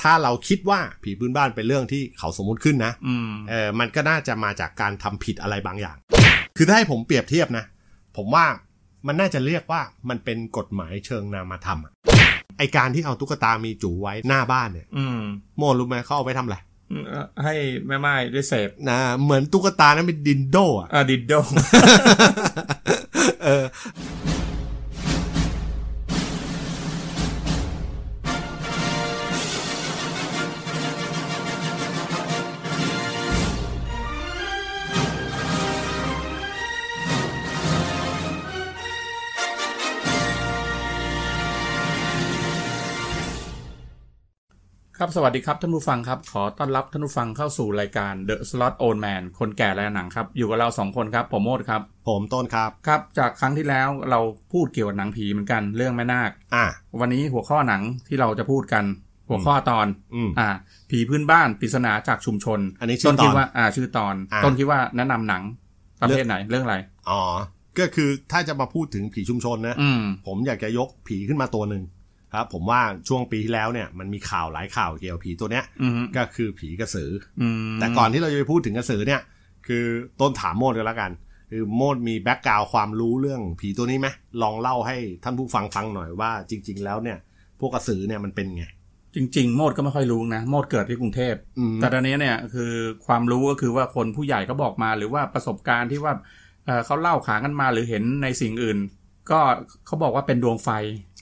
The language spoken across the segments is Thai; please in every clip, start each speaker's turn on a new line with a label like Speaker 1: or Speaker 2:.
Speaker 1: ถ้าเราคิดว่าผีพื้นบ้านเป็นเรื่องที่เขาสมมุติขึ้นนะ
Speaker 2: อืม
Speaker 1: เออมันก็น่าจะมาจากการทำผิดอะไรบางอย่าง คือถ้าให้ผมเปรียบเทียบนะ ผมว่ามันน่าจะเรียกว่ามันเป็นกฎหมายเชิงนามธรรมอะไอการที่เอาตุ๊กตามีจูไว้หน้าบ้านเนี่ย
Speaker 2: อืม
Speaker 1: โมรู้ไหมเขาเอาไปทำอะไร
Speaker 2: เอ่อให้แม่ไม้ได้เสพ
Speaker 1: นะเหมือนตุ๊กตานั้นเป็นดินโดอะ
Speaker 2: อ่ะดิดโดง
Speaker 1: เออ
Speaker 2: ครับสวัสดีครับท่านผู้ฟังครับ ขอต้อนรับท่านผู้ฟังเข้าสู่รายการ The Slot Old Man คนแก่และหนังครับ อยู่กับเราสองคนครับ ผมโมดครับ
Speaker 1: ผมต้นครับ
Speaker 2: ครับ จากครั้งที่แล้วเราพูดเกี่ยวกับหนังผีเหมือนกันเรื่องแม่นาค
Speaker 1: อ่ะ
Speaker 2: วันนี้หัวข้อหนังที่เราจะพูดกัน หัวข้อตอน
Speaker 1: อืม
Speaker 2: อ่า ผีพื้นบ้านปริศนาจากชุมชน
Speaker 1: อันนี้ชื่อ
Speaker 2: ต้นคิ
Speaker 1: ต
Speaker 2: ด
Speaker 1: อน
Speaker 2: ว่าอ่า ชื่อตอน
Speaker 1: อ่า
Speaker 2: ต้นคิดว่าแนะนำหนังประเภทไหนเรื่องอะไร
Speaker 1: อ๋อ ก็คือถ้าจะมาพูดถึงผีชุมชนนะ
Speaker 2: อืม
Speaker 1: ผมอยากจะยกผีขึ้นมาตัวหนึ่งครับ ผมว่าช่วงปีที่แล้วเนี่ยมันมีข่าวหลายข่าวเกี่ยวกับผีตัวเนี้ย
Speaker 2: อืม
Speaker 1: ก็คือผีกระสือ
Speaker 2: อืม
Speaker 1: แต่ก่อนที่เราจะไปพูดถึงกระสือเนี่ย คือต้นถามโมดกันแล้วกัน คือโมดมีแบ็กกราวความรู้เรื่องผีตัวนี้ไหมลองเล่าให้ท่านผู้ฟังฟังหน่อยว่าจริง ๆ แล้วเนี่ย พวกกระสือเนี่ยมันเป็นไง
Speaker 2: จริง ๆ โมดก็ไม่ค่อยรู้นะโมดเกิดที่กรุงเทพ
Speaker 1: อืม
Speaker 2: แต่ตอนนี้เนี่ยคือความรู้ก็คือว่าคนผู้ใหญ่ก็บอกมาหรือว่าประสบการณ์ที่ว่าเอ่อเขาเล่าขานกันมาหรือเห็นในสิ่งอื่น ก็เขาบอกว่าเป็นดวงไฟ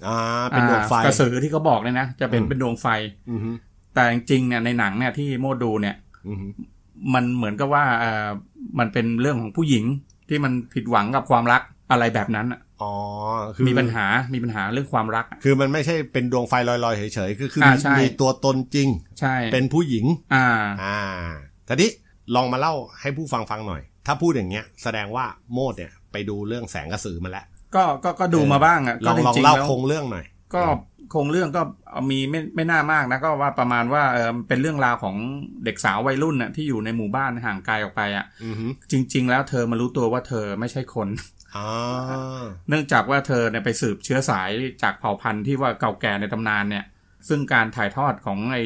Speaker 1: อ่า เป็นดวงไฟ
Speaker 2: อ่ากระสือที่เขาบอกเนี่ยนะจะเป็น
Speaker 1: อืม
Speaker 2: เป็นดวงไฟ
Speaker 1: อือฮึ
Speaker 2: แต่จริงๆเนี่ยในหนังเนี่ยที่โมดูเนี่ย
Speaker 1: อือฮึ
Speaker 2: มันเหมือนกับว่าเอ่อมันเป็นเรื่องของผู้หญิงที่มันผิดหวังกับความรักอะไรแบบนั้นอะ
Speaker 1: อ๋อ คือ
Speaker 2: มีปัญหามีปัญหาเรื่องความรัก
Speaker 1: คือมันไม่ใช่เป็นดวงไฟลอยๆเฉยๆ คือคือ
Speaker 2: อ่า
Speaker 1: มี
Speaker 2: ใช่
Speaker 1: มีตัวตนจริง
Speaker 2: ใช่
Speaker 1: เป็นผู้หญิง
Speaker 2: อ่า
Speaker 1: อ่าทีนี้ลองมาเล่าให้ผู้ฟังฟังหน่อย ถ้าพูดอย่างเงี้ย แสดงว่าโมดเนี่ยไปดูเรื่องแสงกระสือมาแล้ว
Speaker 2: ก็ก็ก็ดูมาบ้างอ่ะ
Speaker 1: ลอง
Speaker 2: ก็จ
Speaker 1: ลอง
Speaker 2: ริๆ
Speaker 1: เล่า
Speaker 2: แว
Speaker 1: โครงเรื่องหน่อย
Speaker 2: ก็คงเรื่องก็มีไม่ไม่น่ามากนะก็ว่าประมาณว่าเออเป็นเรื่องราวของเด็กสาววัยรุ่นน่ะที่อยู่ในหมู่บ้านห่างไกลออกไปอ่ะ
Speaker 1: อือฮึ
Speaker 2: จริง ๆ แล้วเธอมารู้ตัวว่าเธอไม่ใช่คน
Speaker 1: อ่า
Speaker 2: เนื่องจากว่าเธอเนี่ยไปสืบเชื้อสายจากเผ่าพันธุ์ที่ว่าเก่าแก่ในตำนานเนี่ย ซึ่งการถ่ายทอดของไอ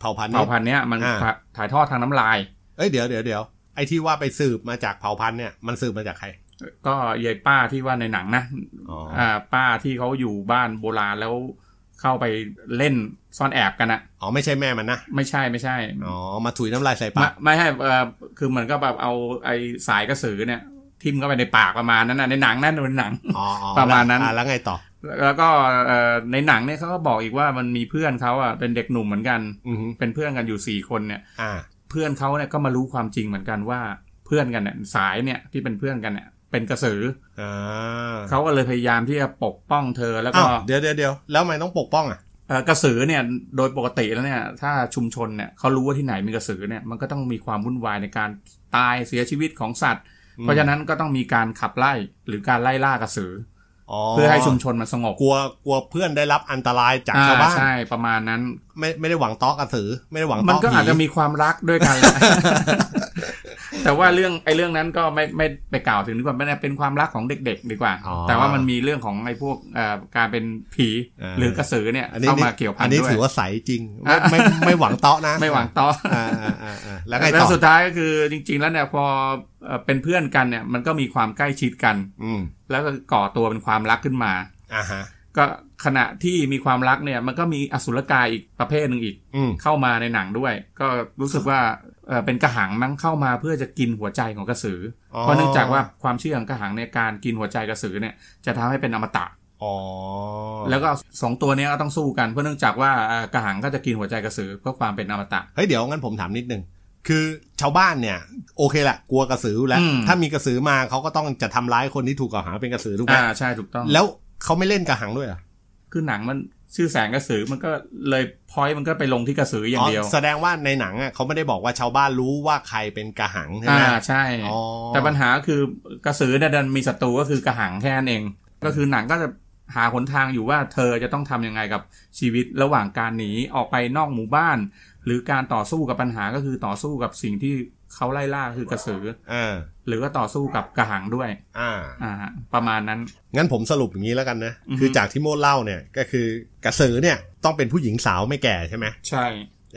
Speaker 1: เผ่าพันธุ์
Speaker 2: เผ่า
Speaker 1: นี้
Speaker 2: พันธุ์เนี้ยมัน
Speaker 1: อ่า
Speaker 2: ถ่าถ่ายทอดทางน้ำลาย
Speaker 1: เอ้ยเดี๋ยวเดี๋ยวเดี๋ยวไอ้ที่ว่าไปสืบมาจากเผ่าพันธุ์เนี่ยมันสืบมาจากใคร
Speaker 2: ก็ยายป้าที่ว่าในหนังนะ
Speaker 1: อ๋อ
Speaker 2: ่าป้าที่เขาอยู่บ้านโบราณแล้วเข้าไปเล่นซ่อนแอบกันอะ
Speaker 1: อ๋อไม่ใช่แม่มันนะ
Speaker 2: ไม่ใช่ไม่ใช่
Speaker 1: อ๋อ มาถุยน้ำลายใส่
Speaker 2: ไม่
Speaker 1: ปาก
Speaker 2: ไม่ให้เอ่อคือเหมือนก็แบบเอาไอ้สายกระสือเนี่ย ทิ่มเข้าไปในปากประมาณนั้นนะในหนังนั่นในหนัง
Speaker 1: อ๋ออ๋อ
Speaker 2: ประมาณนั้น
Speaker 1: อ่แล้วไงต่อ
Speaker 2: แล้วก็เอ่อในหนังเนี่ยเขาก็บอกอีกว่ามันมีเพื่อนเขาอ่ะเป็นเด็กหนุ่มเหมือนกัน
Speaker 1: อือฮึ
Speaker 2: เป็นเพื่อนกันอยู่สี่คนเนี่ย
Speaker 1: อ่า
Speaker 2: เพื่อนเขาเนี่ยก็มารู้ความจริงเหมือนกันว่าเพื่อนกันเนี่ยสายเนี่ยที่เป็นเพื่อนกันเนี่ยเป็นกระสือ
Speaker 1: อ่า
Speaker 2: เขาก็เลยพยายามที่จะปกป้องเธอแล้ว
Speaker 1: อ้า
Speaker 2: ก็
Speaker 1: วเดี๋ยวเดี๋ยวเดี๋ยวแล้วทำไมต้องปกป้องอ่ะ
Speaker 2: เอ่อกระสือเนี่ยโดยปกติแล้วเนี่ยถ้าชุมชนเนี่ยเขารู้ว่าที่ไหนมีกระสือเนี่ยมันก็ต้องมีความวุ่นวายในการตายเสียชีวิตของสัตว์
Speaker 1: อืม
Speaker 2: เพราะฉะนั้นก็ต้องมีการขับไล่หรือการไล่ล่ากระสือ
Speaker 1: อ๋อ
Speaker 2: อเพื่อให้ชุมชนมันสงบ
Speaker 1: กลัวกลัวเพื่อนได้รับอันตรายจากชาวบ้าน
Speaker 2: ใช่ประมาณนั้น
Speaker 1: ไม่ไม่ได้หวังเตอกระสือ ไม่ได้หวัง
Speaker 2: มัน
Speaker 1: เตาะ
Speaker 2: ก็อาจจะ
Speaker 1: ผี
Speaker 2: มีความรักด้วยกันแห ละ แต่ว่าเรื่องไอ้เรื่องนั้นก็ไม่ไม่ไปกล่าวถึงดีกว่าไม่ได้เป็นความรักของเด็ก ๆ ดีกว่า
Speaker 1: อ๋อ
Speaker 2: แต่ว่ามันมีเรื่องของไอ้พวกเอ่อการเป็นผี
Speaker 1: เออ
Speaker 2: หรือกระสือเนี่ย
Speaker 1: อันนี้
Speaker 2: เข้ามาเกี่ยวพัน
Speaker 1: อันนี้
Speaker 2: ด้วย
Speaker 1: ถือว่าใสจริง ไม่ไม่ไม่หวังเตาะนะ
Speaker 2: ไม่หวังต่อ
Speaker 1: อ่าอ่าอ่าอ่าแล้วไง
Speaker 2: แล้
Speaker 1: ต่
Speaker 2: ว
Speaker 1: อ
Speaker 2: สุดท้ายก็คือจริง ๆ แล้วเนี่ยพอเอ่อเป็นเพื่อนกันเนี่ย มันก็มีความใกล้ชิดกัน
Speaker 1: อืม
Speaker 2: แล้วก็ก่อตัวเป็นความรักขึ้นมา
Speaker 1: อ่าฮะ
Speaker 2: ก็ขณะที่มีความรักเนี่ยมันก็มีอสุรกายอีกประเภทหนึ่งอีก
Speaker 1: อืม
Speaker 2: เข้ามาในหนังด้วย ก็รู้สึกว่าเอ่อเป็นกระหังมั้งเข้ามาเพื่อจะกินหัวใจของกระสืออเพราะเนื่องจากว่าความเชื่อของกระหังในการกินหัวใจกระสือเนี่ยจะทำให้เป็นอมตะ
Speaker 1: อ๋อ
Speaker 2: แล้วก็สองตัวเนี้ยก็ต้องสู้กันเพราะเนื่องจากว่าเอ่อกระหังก็จะกินหัวใจกระสือเพื่อความเป็นอมตะ
Speaker 1: เฮ้ยเดี๋ยวงั้นผมถามนิดนึง คือชาวบ้านเนี่ย โอเคแหละกลัวกระสืออยู่แล้ว
Speaker 2: อืม
Speaker 1: ถ้ามีกระสือมาเขาก็ต้องจะทำร้ายคนที่ถูกกล่าวหาเป็นกระสือถูกไหม
Speaker 2: อ่าใช่ถูกต้อง
Speaker 1: แล้วเขาไม่เล่นกระหังด้วยเหรอ
Speaker 2: คือหนังมันชื่อแสงกระสือมันก็เลยพอยต์มันก็ไปลงที่กระสืออย่างเดียว
Speaker 1: อ๋อแสดงว่าในหนังอ่ะเขาไม่ได้บอกว่าชาวบ้านรู้ว่าใครเป็นกระหังใช่ไหม
Speaker 2: อ่าใช่
Speaker 1: อ๋อ
Speaker 2: แต่ปัญหาคือกระสือเนี่ยดันมีศัตรูก็คือกระหังแค่นั้นเอง ก็คือหนังก็จะหาหนทางอยู่ว่าเธอจะต้องทำยังไงกับชีวิตระหว่างการหนีออกไปนอกหมู่บ้าน หรือการต่อสู้กับปัญหาก็คือต่อสู้กับสิ่งที่ เขาไล่ล่าคือกระสือ
Speaker 1: เออ
Speaker 2: หรือว่าต่อสู้กับกระหังด้วย
Speaker 1: อ่า
Speaker 2: อ่าฮะประมาณนั้น
Speaker 1: งั้นผมสรุปอย่างนี้แล้วกันนะ
Speaker 2: อือฮึ
Speaker 1: คือจากที่โมดเล่าเนี่ย ก็คือกระสือเนี่ยต้องเป็นผู้หญิงสาวไม่แก่ใช่ไหม
Speaker 2: ใช่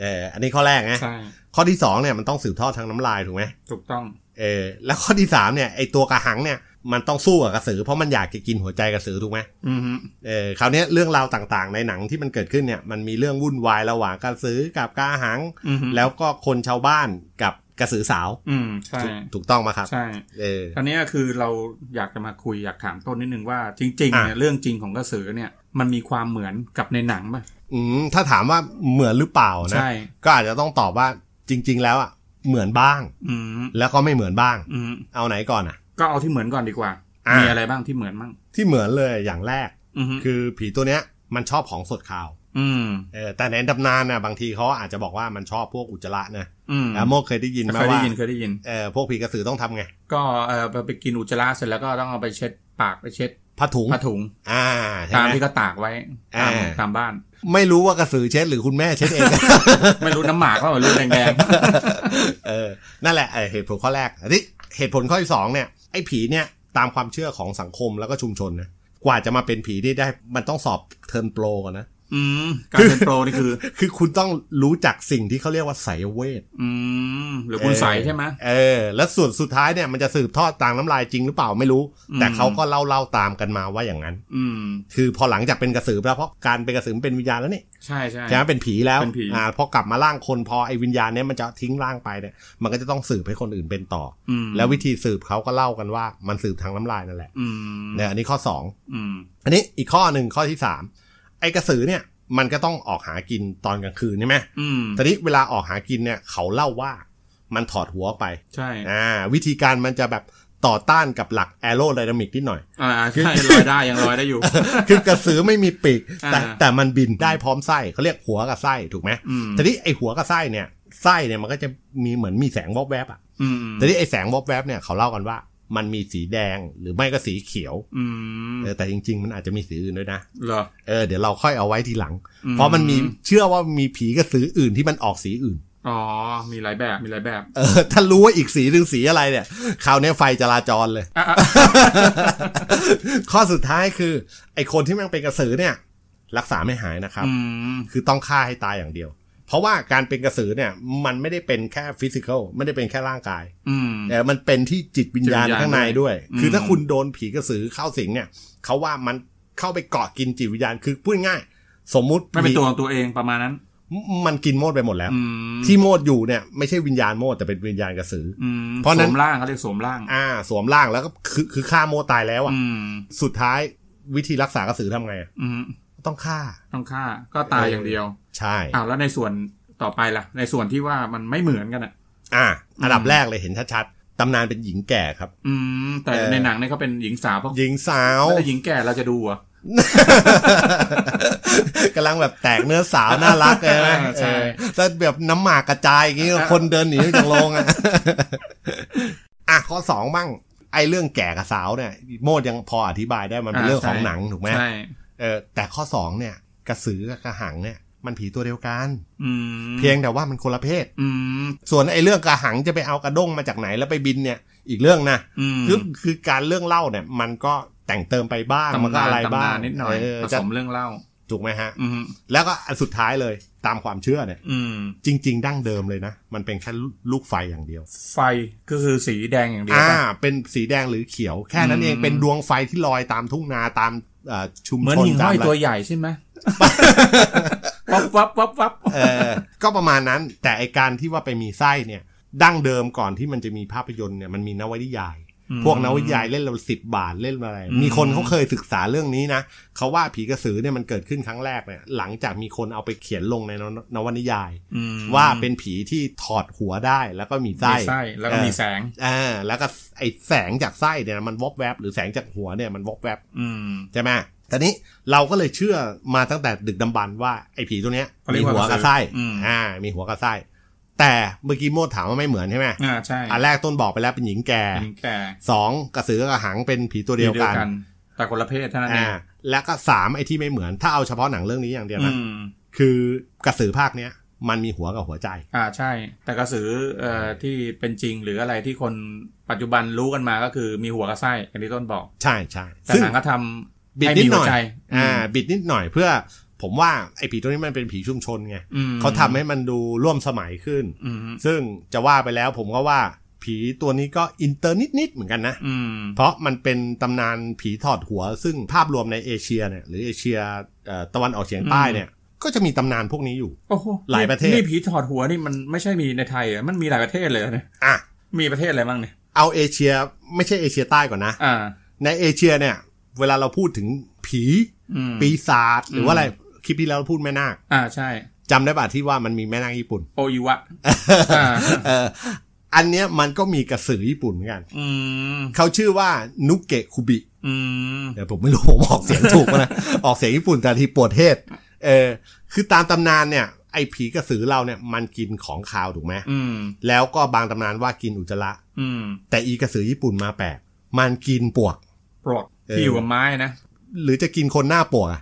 Speaker 1: เอออันนี้ข้อแรกนะ
Speaker 2: ใช่
Speaker 1: ข้อที่สองเนี่ยมันต้องสืบทอดทางน้ำลายถูกไหม
Speaker 2: ถูกต้อง
Speaker 1: เออแล้วข้อที่สามเนี่ยไอตัวกระหังเนี่ยมันต้องสู้กับกระสือเพราะมันอยากจะกินหัวใจกระสือถูกไหม
Speaker 2: อือฮึ
Speaker 1: เออคราวเนี้ยเรื่องราวต่างๆ ในหนังที่มันเกิดขึ้นเนี่ยมันมีเรื่องวุ่นวายระหว่างกระสือกับกระหัง
Speaker 2: อือฮึ
Speaker 1: แล้วก็คนชาวบ้านกับกระสือสาว
Speaker 2: อืมใช่
Speaker 1: ถูกถูกต้องไหมครับ
Speaker 2: ใช่
Speaker 1: เออ
Speaker 2: ตอนนี้คือเราอยากจะมาคุยอยากถามต้นนิดนึงว่าจริงๆ
Speaker 1: อ่ะ
Speaker 2: เนี่ยเรื่องจริงของกระสือเนี่ยมันมีความเหมือนกับในหนังป่ะ
Speaker 1: อืมถ้าถามว่าเหมือนหรือเปล่านะ
Speaker 2: ใช่
Speaker 1: ก็อาจจะต้องตอบว่าจริง ๆ แล้วอ่ะเหมือนบ้าง
Speaker 2: อืม
Speaker 1: แล้วก็ไม่เหมือนบ้าง
Speaker 2: อืม
Speaker 1: เอาไหนก่อนอ่ะ
Speaker 2: ก็เอาที่เหมือนก่อนดีกว่า
Speaker 1: อ่ะ
Speaker 2: มีอะไรบ้างที่เหมือนมั่ง
Speaker 1: ที่เหมือนเลยอย่างแรก
Speaker 2: อือฮึ
Speaker 1: คือผีตัวเนี้ยมันชอบของสดข่าว
Speaker 2: อืม
Speaker 1: เออแต่ในตำนานนะบางทีเขาอาจจะบอกว่ามันชอบพวกอุจจาระนะ
Speaker 2: อืม
Speaker 1: แล้วโมเคยได้ยินไหม
Speaker 2: เคยได้
Speaker 1: ว่า
Speaker 2: ยินเคยได้ยิน
Speaker 1: เออพวกผีกระสือต้องทำไง
Speaker 2: ก็เออไปกินอุจจาระเสร็จแล้วก็ต้องเอาไปเช็ดปากไปเช็ด
Speaker 1: ผ้าถุง
Speaker 2: ผ้าถุง
Speaker 1: อ่าใช่
Speaker 2: ตา
Speaker 1: ไห
Speaker 2: ม
Speaker 1: ม
Speaker 2: ที่ก็ตากไว้
Speaker 1: อ่า
Speaker 2: ตามตามบ้าน
Speaker 1: ไม่รู้ว่ากระสือเช็ดหรือคุณแม่เช็ดเอง
Speaker 2: ไม่รู้น้ำหมากก็เรื่องแดง
Speaker 1: เออนั่นแหละเออเหตุผลข้อแรกอันนี้เหตุผลข้อที่สองเนี่ยไอ้ผีเนี่ยตามความเชื่อของสังคมแล้วก็ชุมชนนะกว่าจะมาเป็นผีนี่ได้มันต้องสอบเทิร์นโปรก่อนนะ
Speaker 2: ๆ อืมการเป็นโปรนี่คือ
Speaker 1: คือคุณต้องรู้จักสิ่งที่เขาเรียกว่าไสยเวท
Speaker 2: อืมหรือคุณใสใช่ไหม
Speaker 1: เออ แล้วส่วนสุดท้ายเนี่ยมันจะสืบทอดตามน้ำลายจริงหรือเปล่าไม่รู้
Speaker 2: อืม
Speaker 1: แต่เขาก็เล่าเล่าๆตามกันมาว่าอย่างนั้น
Speaker 2: อืม
Speaker 1: คือพอหลังจากเป็นกระสือไปแล้วเพราะการเป็นกระสือมันเป็นวิญญาณแล้วนี่
Speaker 2: ใช่ใช่
Speaker 1: ใช่ไหมเป็นผีแล้ว
Speaker 2: เป็นผี
Speaker 1: อ่าพอกลับมาร่างคนพอไอ้วิญญาณเนี้ยมันจะทิ้งร่างไปเนี่ยมันก็จะต้องสืบให้คนอื่นเป็นต่อ
Speaker 2: อืม
Speaker 1: อแล้ววิธีสืบเขาก็เล่ากันว่ามันสืบทางน้ำลายนั่นแหละ
Speaker 2: อืม
Speaker 1: เนี่ยอันนี้ข้อสอง
Speaker 2: อืม
Speaker 1: อันนี้อีกข้อหนึ่งข้อที่สามไอ้กระสือเนี่ยมันก็ต้องออกหากินตอนกลางคืนใช่ไหม
Speaker 2: อืม
Speaker 1: ตอนนี้เวลาออกหากินเนี่ยเขาเล่าว่ามันถอดหัวไป
Speaker 2: ใช่
Speaker 1: อ่า วิธีการมันจะแบบต่อต้านกับหลักแอโรไดนามิกนิดหน่อย
Speaker 2: อ่าใช่ลอยได้ยังลอยได้อยู่
Speaker 1: คือกระสือไม่มีปีก แต่
Speaker 2: อ่า
Speaker 1: แต่มันบินได้พร้อมไส้เขาเรียกหัวกับไส้ถูกไหม
Speaker 2: อืม
Speaker 1: ตอนนี้ไอหัวกับไส้เนี่ยไส้เนี่ยมันก็จะมีเหมือนมีแสงวอบแวบอ่ะ
Speaker 2: อืม
Speaker 1: ตอนนี้ไอแสงวอบแวบเนี่ยเขาเล่ากันว่า มันมีสีแดงหรือไม่ก็สีเขียว
Speaker 2: อืม
Speaker 1: เออแต่จริง ๆ มันอาจจะมีสีอื่นด้วยนะ
Speaker 2: เหรอ
Speaker 1: เออเดี๋ยวเราค่อยเอาไว้ทีหลัง
Speaker 2: อื
Speaker 1: เพราะมันมีเชื่อว่ามีผีกระสืออื่นที่มันออกสีอื่น
Speaker 2: อ๋อมีหลายแบบมีหลายแบบ
Speaker 1: เออถ้ารู้ว่าอีกสีหนึ่งสีอะไรเนี่ยคราวนี้ไฟจราจรเลย
Speaker 2: อ่ะอ่ะ
Speaker 1: ข้อสุดท้ายคือ ไอคนที่มันเป็นกระสือเนี่ย รักษาไม่หายนะครับ
Speaker 2: อืม
Speaker 1: คือต้องฆ่าให้ตายอย่างเดียว เพราะว่าการเป็นกระสือเนี่ยมันไม่ได้เป็นแค่ฟิสิกอลไม่ได้เป็นแค่ร่างกาย
Speaker 2: อืม
Speaker 1: แต่มันเป็นที่จิตวิญญาณ
Speaker 2: จิตวิญญาณ
Speaker 1: ข้างในด้วย
Speaker 2: อืม
Speaker 1: คือถ้าคุณโดนผีกระสือเข้าสิงเนี่ยเขาว่ามันเข้าไปเกาะกินจิตวิญญาณคือพูดง่ายๆสมมุติ
Speaker 2: ไม่เป็นตัวของตัวเองประมาณนั้น
Speaker 1: มันกินโมดไปหมดแล้ว
Speaker 2: อืม
Speaker 1: ที่โมดอยู่เนี่ยไม่ใช่วิญญาณโมดแต่เป็นวิญญาณกระสือ
Speaker 2: อืม
Speaker 1: เพราะนั้น
Speaker 2: สวมร่างเขาเรียกสวมร่าง
Speaker 1: อ่าสวมร่างแล้วก็คือคือฆ่าโมตายแล้วอ่ะ
Speaker 2: อืม
Speaker 1: สุดท้ายวิธีรักษากระสือทำไงอะ
Speaker 2: อืม
Speaker 1: ต้องฆ่า
Speaker 2: ต้องฆ่าก็ตายอย่างเดียว
Speaker 1: ใช่
Speaker 2: อ้าวแล้วในส่วนต่อไปล่ะ ในส่วนที่ว่ามันไม่เหมือนกันอ่ะ
Speaker 1: อ่าอันดับ
Speaker 2: อืม
Speaker 1: แรกเลยเห็นชัดๆตำนานเป็นหญิงแก่ครับ
Speaker 2: อืม แต่
Speaker 1: เออ
Speaker 2: ในหนังเนี่ยเขาเป็นหญิงสาวเพราะ
Speaker 1: หญิงสาว
Speaker 2: แล้วแต่หญิงแก่เราจะดูเหรอ่ะ
Speaker 1: กำลังแบบแตกเนื้อสาวน่ารักเลยนะ
Speaker 2: อ่าใช่
Speaker 1: เออแล้วแบบน้ำหมากกระจายอย่างนี้คนเดินหนีจากโรงอ่ะ อ่ะข้อสองบ้างไอ้เรื่องแก่กับสาวเนี่ย โมดยังพออธิบายได้มันเป็นเรื่องของหนังถูกไหม
Speaker 2: ใช่
Speaker 1: เออแต่ข้อสองเนี่ย กระสือกับกระหังเนี่ย มันผีตัวเดียวกัน
Speaker 2: อืม
Speaker 1: เพียงแต่ว่ามันคนละเพศ
Speaker 2: อืม
Speaker 1: ส่วนไอ้เรื่องกระหังจะไปเอากระด้งมาจากไหนแล้วไปบินเนี่ย อีกเรื่องนะ
Speaker 2: อืม
Speaker 1: คือคือการเรื่องเล่าเนี่ย มันก็แต่งเติมไปบ้างมัน
Speaker 2: ตำ
Speaker 1: ก็
Speaker 2: นาน
Speaker 1: อะไร
Speaker 2: ตำ
Speaker 1: บ้าน
Speaker 2: าง นนิดหน่อย
Speaker 1: เออ
Speaker 2: ผ
Speaker 1: จะ
Speaker 2: สมเรื่องเล่า
Speaker 1: ถูกไหมฮะ
Speaker 2: อืม
Speaker 1: แล้วก็อันสุดท้ายเลยตามความเชื่อเนี่ย
Speaker 2: อืม
Speaker 1: จริง ๆ ดั้งเดิมเลยนะ มันเป็นแค่ลูกไฟอย่างเดียว
Speaker 2: ไฟก็คือสีแดงอย่างเดียว
Speaker 1: อ่า
Speaker 2: ป่ะ
Speaker 1: เป็นสีแดงหรือเขียว แค่นั้นเอง
Speaker 2: อืม
Speaker 1: เป็นดวงไฟที่ลอยตามทุ่งนาตามเอ่อชุม
Speaker 2: เหมือน
Speaker 1: ชน
Speaker 2: หิ่งห้
Speaker 1: ตาม
Speaker 2: อย
Speaker 1: อะไร
Speaker 2: ตัวใหญ่ใช่ไหม วับวับวับวับ
Speaker 1: เออก็ประมาณนั้น แต่ไอการที่ว่าไปมีไส้เนี่ย ดั้งเดิมก่อนที่มันจะมีภาพยนตร์เนี่ยมันมีนวนิยาย
Speaker 2: อืม
Speaker 1: พวกนักวิทยายเล่นเราสิบบาทเล่นอะไร
Speaker 2: อืม
Speaker 1: มีคนเขาเคยศึกษาเรื่องนี้นะ เขาว่าผีกระสือเนี่ยมันเกิดขึ้นครั้งแรกเนี่ย หลังจากมีคนเอาไปเขียนลงในนวนิยาย
Speaker 2: อืม
Speaker 1: ว่าเป็นผีที่ถอดหัวได้แล้วก็มีไส้
Speaker 2: มีไส้แล้วก็มีแสง
Speaker 1: อ่าแล้วก็ไอแสงจากไส้เนี่ยมันวอบแวบหรือแสงจากหัวเนี่ยมันวอบแวบ
Speaker 2: อืม
Speaker 1: ใช่ไหมตอนนี้เราก็เลยเชื่อมาตั้งแต่ดึกดำบรรพ์ว่าไอผีตัวเนี้ยมีหัวกับไส้อ่า มีหัวกับไส้ แต่เมื่อกี้โมดถามว่าไม่เหมือนใช่ไหม
Speaker 2: อ่าใช่
Speaker 1: อันแรกต้นบอกไปแล้วเป็นหญิงแก่
Speaker 2: หญิงแก่
Speaker 1: สองกระสือกระหังเป็นผีตัวเดียวกัน
Speaker 2: แต่คนละเพศเท่านั้นเอ
Speaker 1: อ่าง แล้วก็สามไอ้ที่ไม่เหมือน ถ้าเอาเฉพาะหนังเรื่องนี้อย่างเดียว
Speaker 2: อื
Speaker 1: นะ
Speaker 2: ม
Speaker 1: คือกระสือภาคเนี้ย มันมีหัวกับหัวใจ
Speaker 2: อ่าใช่ แต่กระสือเอ่อที่เป็นจริงหรืออะไรที่คนปัจจุบันรู้กันมาก็คือมีหัวกับไส้อย่างที่ต้นบอก
Speaker 1: ใช่ใช่
Speaker 2: แต่
Speaker 1: ซึ่ง
Speaker 2: หนังก็ทำ
Speaker 1: บิด
Speaker 2: ให้
Speaker 1: นิด
Speaker 2: มี
Speaker 1: ห
Speaker 2: หั
Speaker 1: น่
Speaker 2: ว
Speaker 1: อย
Speaker 2: ใจ
Speaker 1: อ่าบิดนิดหน่อยเพื่อผมว่าไอ้ผีตัวนี้มันเป็นผีชุมชนไง
Speaker 2: อืม
Speaker 1: เขาทำให้มันดูร่วมสมัยขึ้น
Speaker 2: อืม
Speaker 1: ซึ่งจะว่าไปแล้วผมก็ว่าผีตัวนี้ก็อินเตอร์นิดๆเหมือนกันนะ
Speaker 2: อืม
Speaker 1: เพราะมันเป็นตำนานผีถอดหัว ซึ่งภาพรวมในเอเชียเนี่ยหรือเอเชียเอ่อตะวันออกเฉียงใต้เนี่ย ก็จะมีตำนานพวกนี้อยู่
Speaker 2: โอ้โห
Speaker 1: หลายประเทศ
Speaker 2: นี่ผีถอดหัวนี่มันไม่ใช่มีในไทยอ่ะมันมีหลายประเทศเลยนะ
Speaker 1: อ่ะ
Speaker 2: มีประเทศอะไรบ้างเนี่ย
Speaker 1: เอาเอเชียไม่ใช่เอเชียใต้ก่อนนะ
Speaker 2: อ่า
Speaker 1: ในเอเชียเนี่ย เวลาเราพูดถึงผี
Speaker 2: อืม
Speaker 1: ปีศาจหรือว่า
Speaker 2: อืม
Speaker 1: อะไรคลิปที่แล้วเราพูดแม่นาค
Speaker 2: อ่าใช่
Speaker 1: จำได้ป่ะที่ว่ามันมีแม่นาคญี่ปุ่น
Speaker 2: โออิวะ อ่า
Speaker 1: เอออันเนี้ยมันก็มีกระสือญี่ปุ่นเหมือนกัน
Speaker 2: อืม
Speaker 1: เขาชื่อว่านุเกะคุบิ
Speaker 2: อืม
Speaker 1: เดี๋ยวผมไม่รู้ ผมออกเสียงถูกปะนะ ออกเสียงญี่ปุ่นแต่ทีปวดเทศ เออ คือตามตำนานเนี่ย ไอ้ผีกระสือเราเนี่ยมันกินของคาวถูกไหม
Speaker 2: อืม
Speaker 1: แล้วก็บางตำนานว่ากินอุจจาระ
Speaker 2: อืม
Speaker 1: แต่อีกระสือญี่ปุ่นมาแปลกมันกินปวก
Speaker 2: ปลด
Speaker 1: เออ
Speaker 2: ที่อยู่กับไม้นะ
Speaker 1: หรือจะกินคนหน้าปวกอะ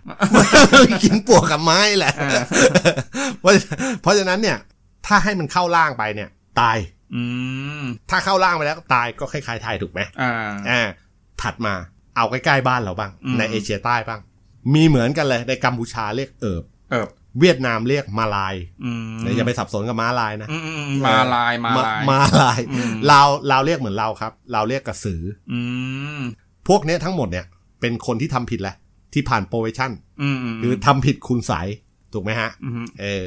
Speaker 1: กินปวกกับไม้แหละ
Speaker 2: อ่า
Speaker 1: เพราะเพราะฉะนั้นเนี่ย ถ้าให้มันเข้าร่างไปเนี่ย ตาย
Speaker 2: อืม
Speaker 1: ถ้าเข้าร่างไปแล้วก็ตายก็คล้ายๆไทยถูกไหม
Speaker 2: อ่า
Speaker 1: อ่าถัดมาเอาใกล้ๆบ้านเราบ้าง
Speaker 2: อืม
Speaker 1: ในเอเชียใต้บ้าง มีเหมือนกันเลยในกัมพูชาเรียกเอิบ
Speaker 2: เอบ
Speaker 1: เวียดนามเรียกมาลาย
Speaker 2: อืม
Speaker 1: เดี๋ยวอย่าไปสับสนกับม้าลายนะ
Speaker 2: อืมอืมอืมมาลายมาลาย
Speaker 1: มาลาย
Speaker 2: อืม
Speaker 1: เราเราวเรียกเหมือนเราครับ เราวเรียกกระสือ
Speaker 2: อืม
Speaker 1: พวกเนี้ยทั้งหมดเนี่ย เป็นคนที่ทำผิดแหละ ที่ผ่านโปรเวชั่น
Speaker 2: อืม
Speaker 1: คือทำผิดคุณใสยถูกไหมฮะ
Speaker 2: อืม
Speaker 1: เออ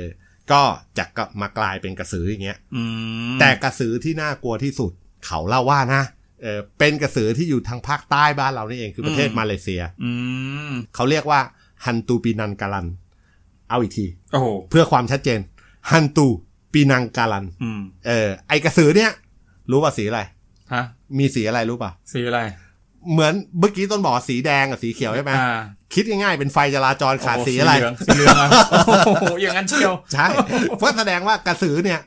Speaker 1: ก็จะกลับมากลายเป็นกระสืออย่างเงี้ย
Speaker 2: อืม
Speaker 1: แต่กระสือที่น่ากลัวที่สุด เขาเล่าว่านะเออเป็นกระสือที่อยู่ทางภาคใต้บ้านเรานี่เองคือประเทศมาเลเซีย
Speaker 2: อืม
Speaker 1: เขาเรียกว่าฮันตูปีนังการัน เอาอีกที
Speaker 2: โอ้โห
Speaker 1: เพื่อความชัดเจนฮันตูปีนังการัน
Speaker 2: อืม
Speaker 1: เออ ไอกระสือเนี่ย รู้ป่ะสีอะไร
Speaker 2: ฮะ
Speaker 1: มีสีอะไรรู้ป่ะ
Speaker 2: สีอะไร
Speaker 1: เหมือนเมื่อกี้ต้นบอกว่าสีแดงกับสีเขียวใช่ไหม
Speaker 2: อ่า
Speaker 1: คิดง่ายๆเป็นไฟจราจรขาด
Speaker 2: โโห
Speaker 1: สีอะไร
Speaker 2: เหลืงสีเหลืองอะ โอ้โหอย่างนั้นเชียว
Speaker 1: ใช่ เพราะแสดงว่ากระสือเนี่ย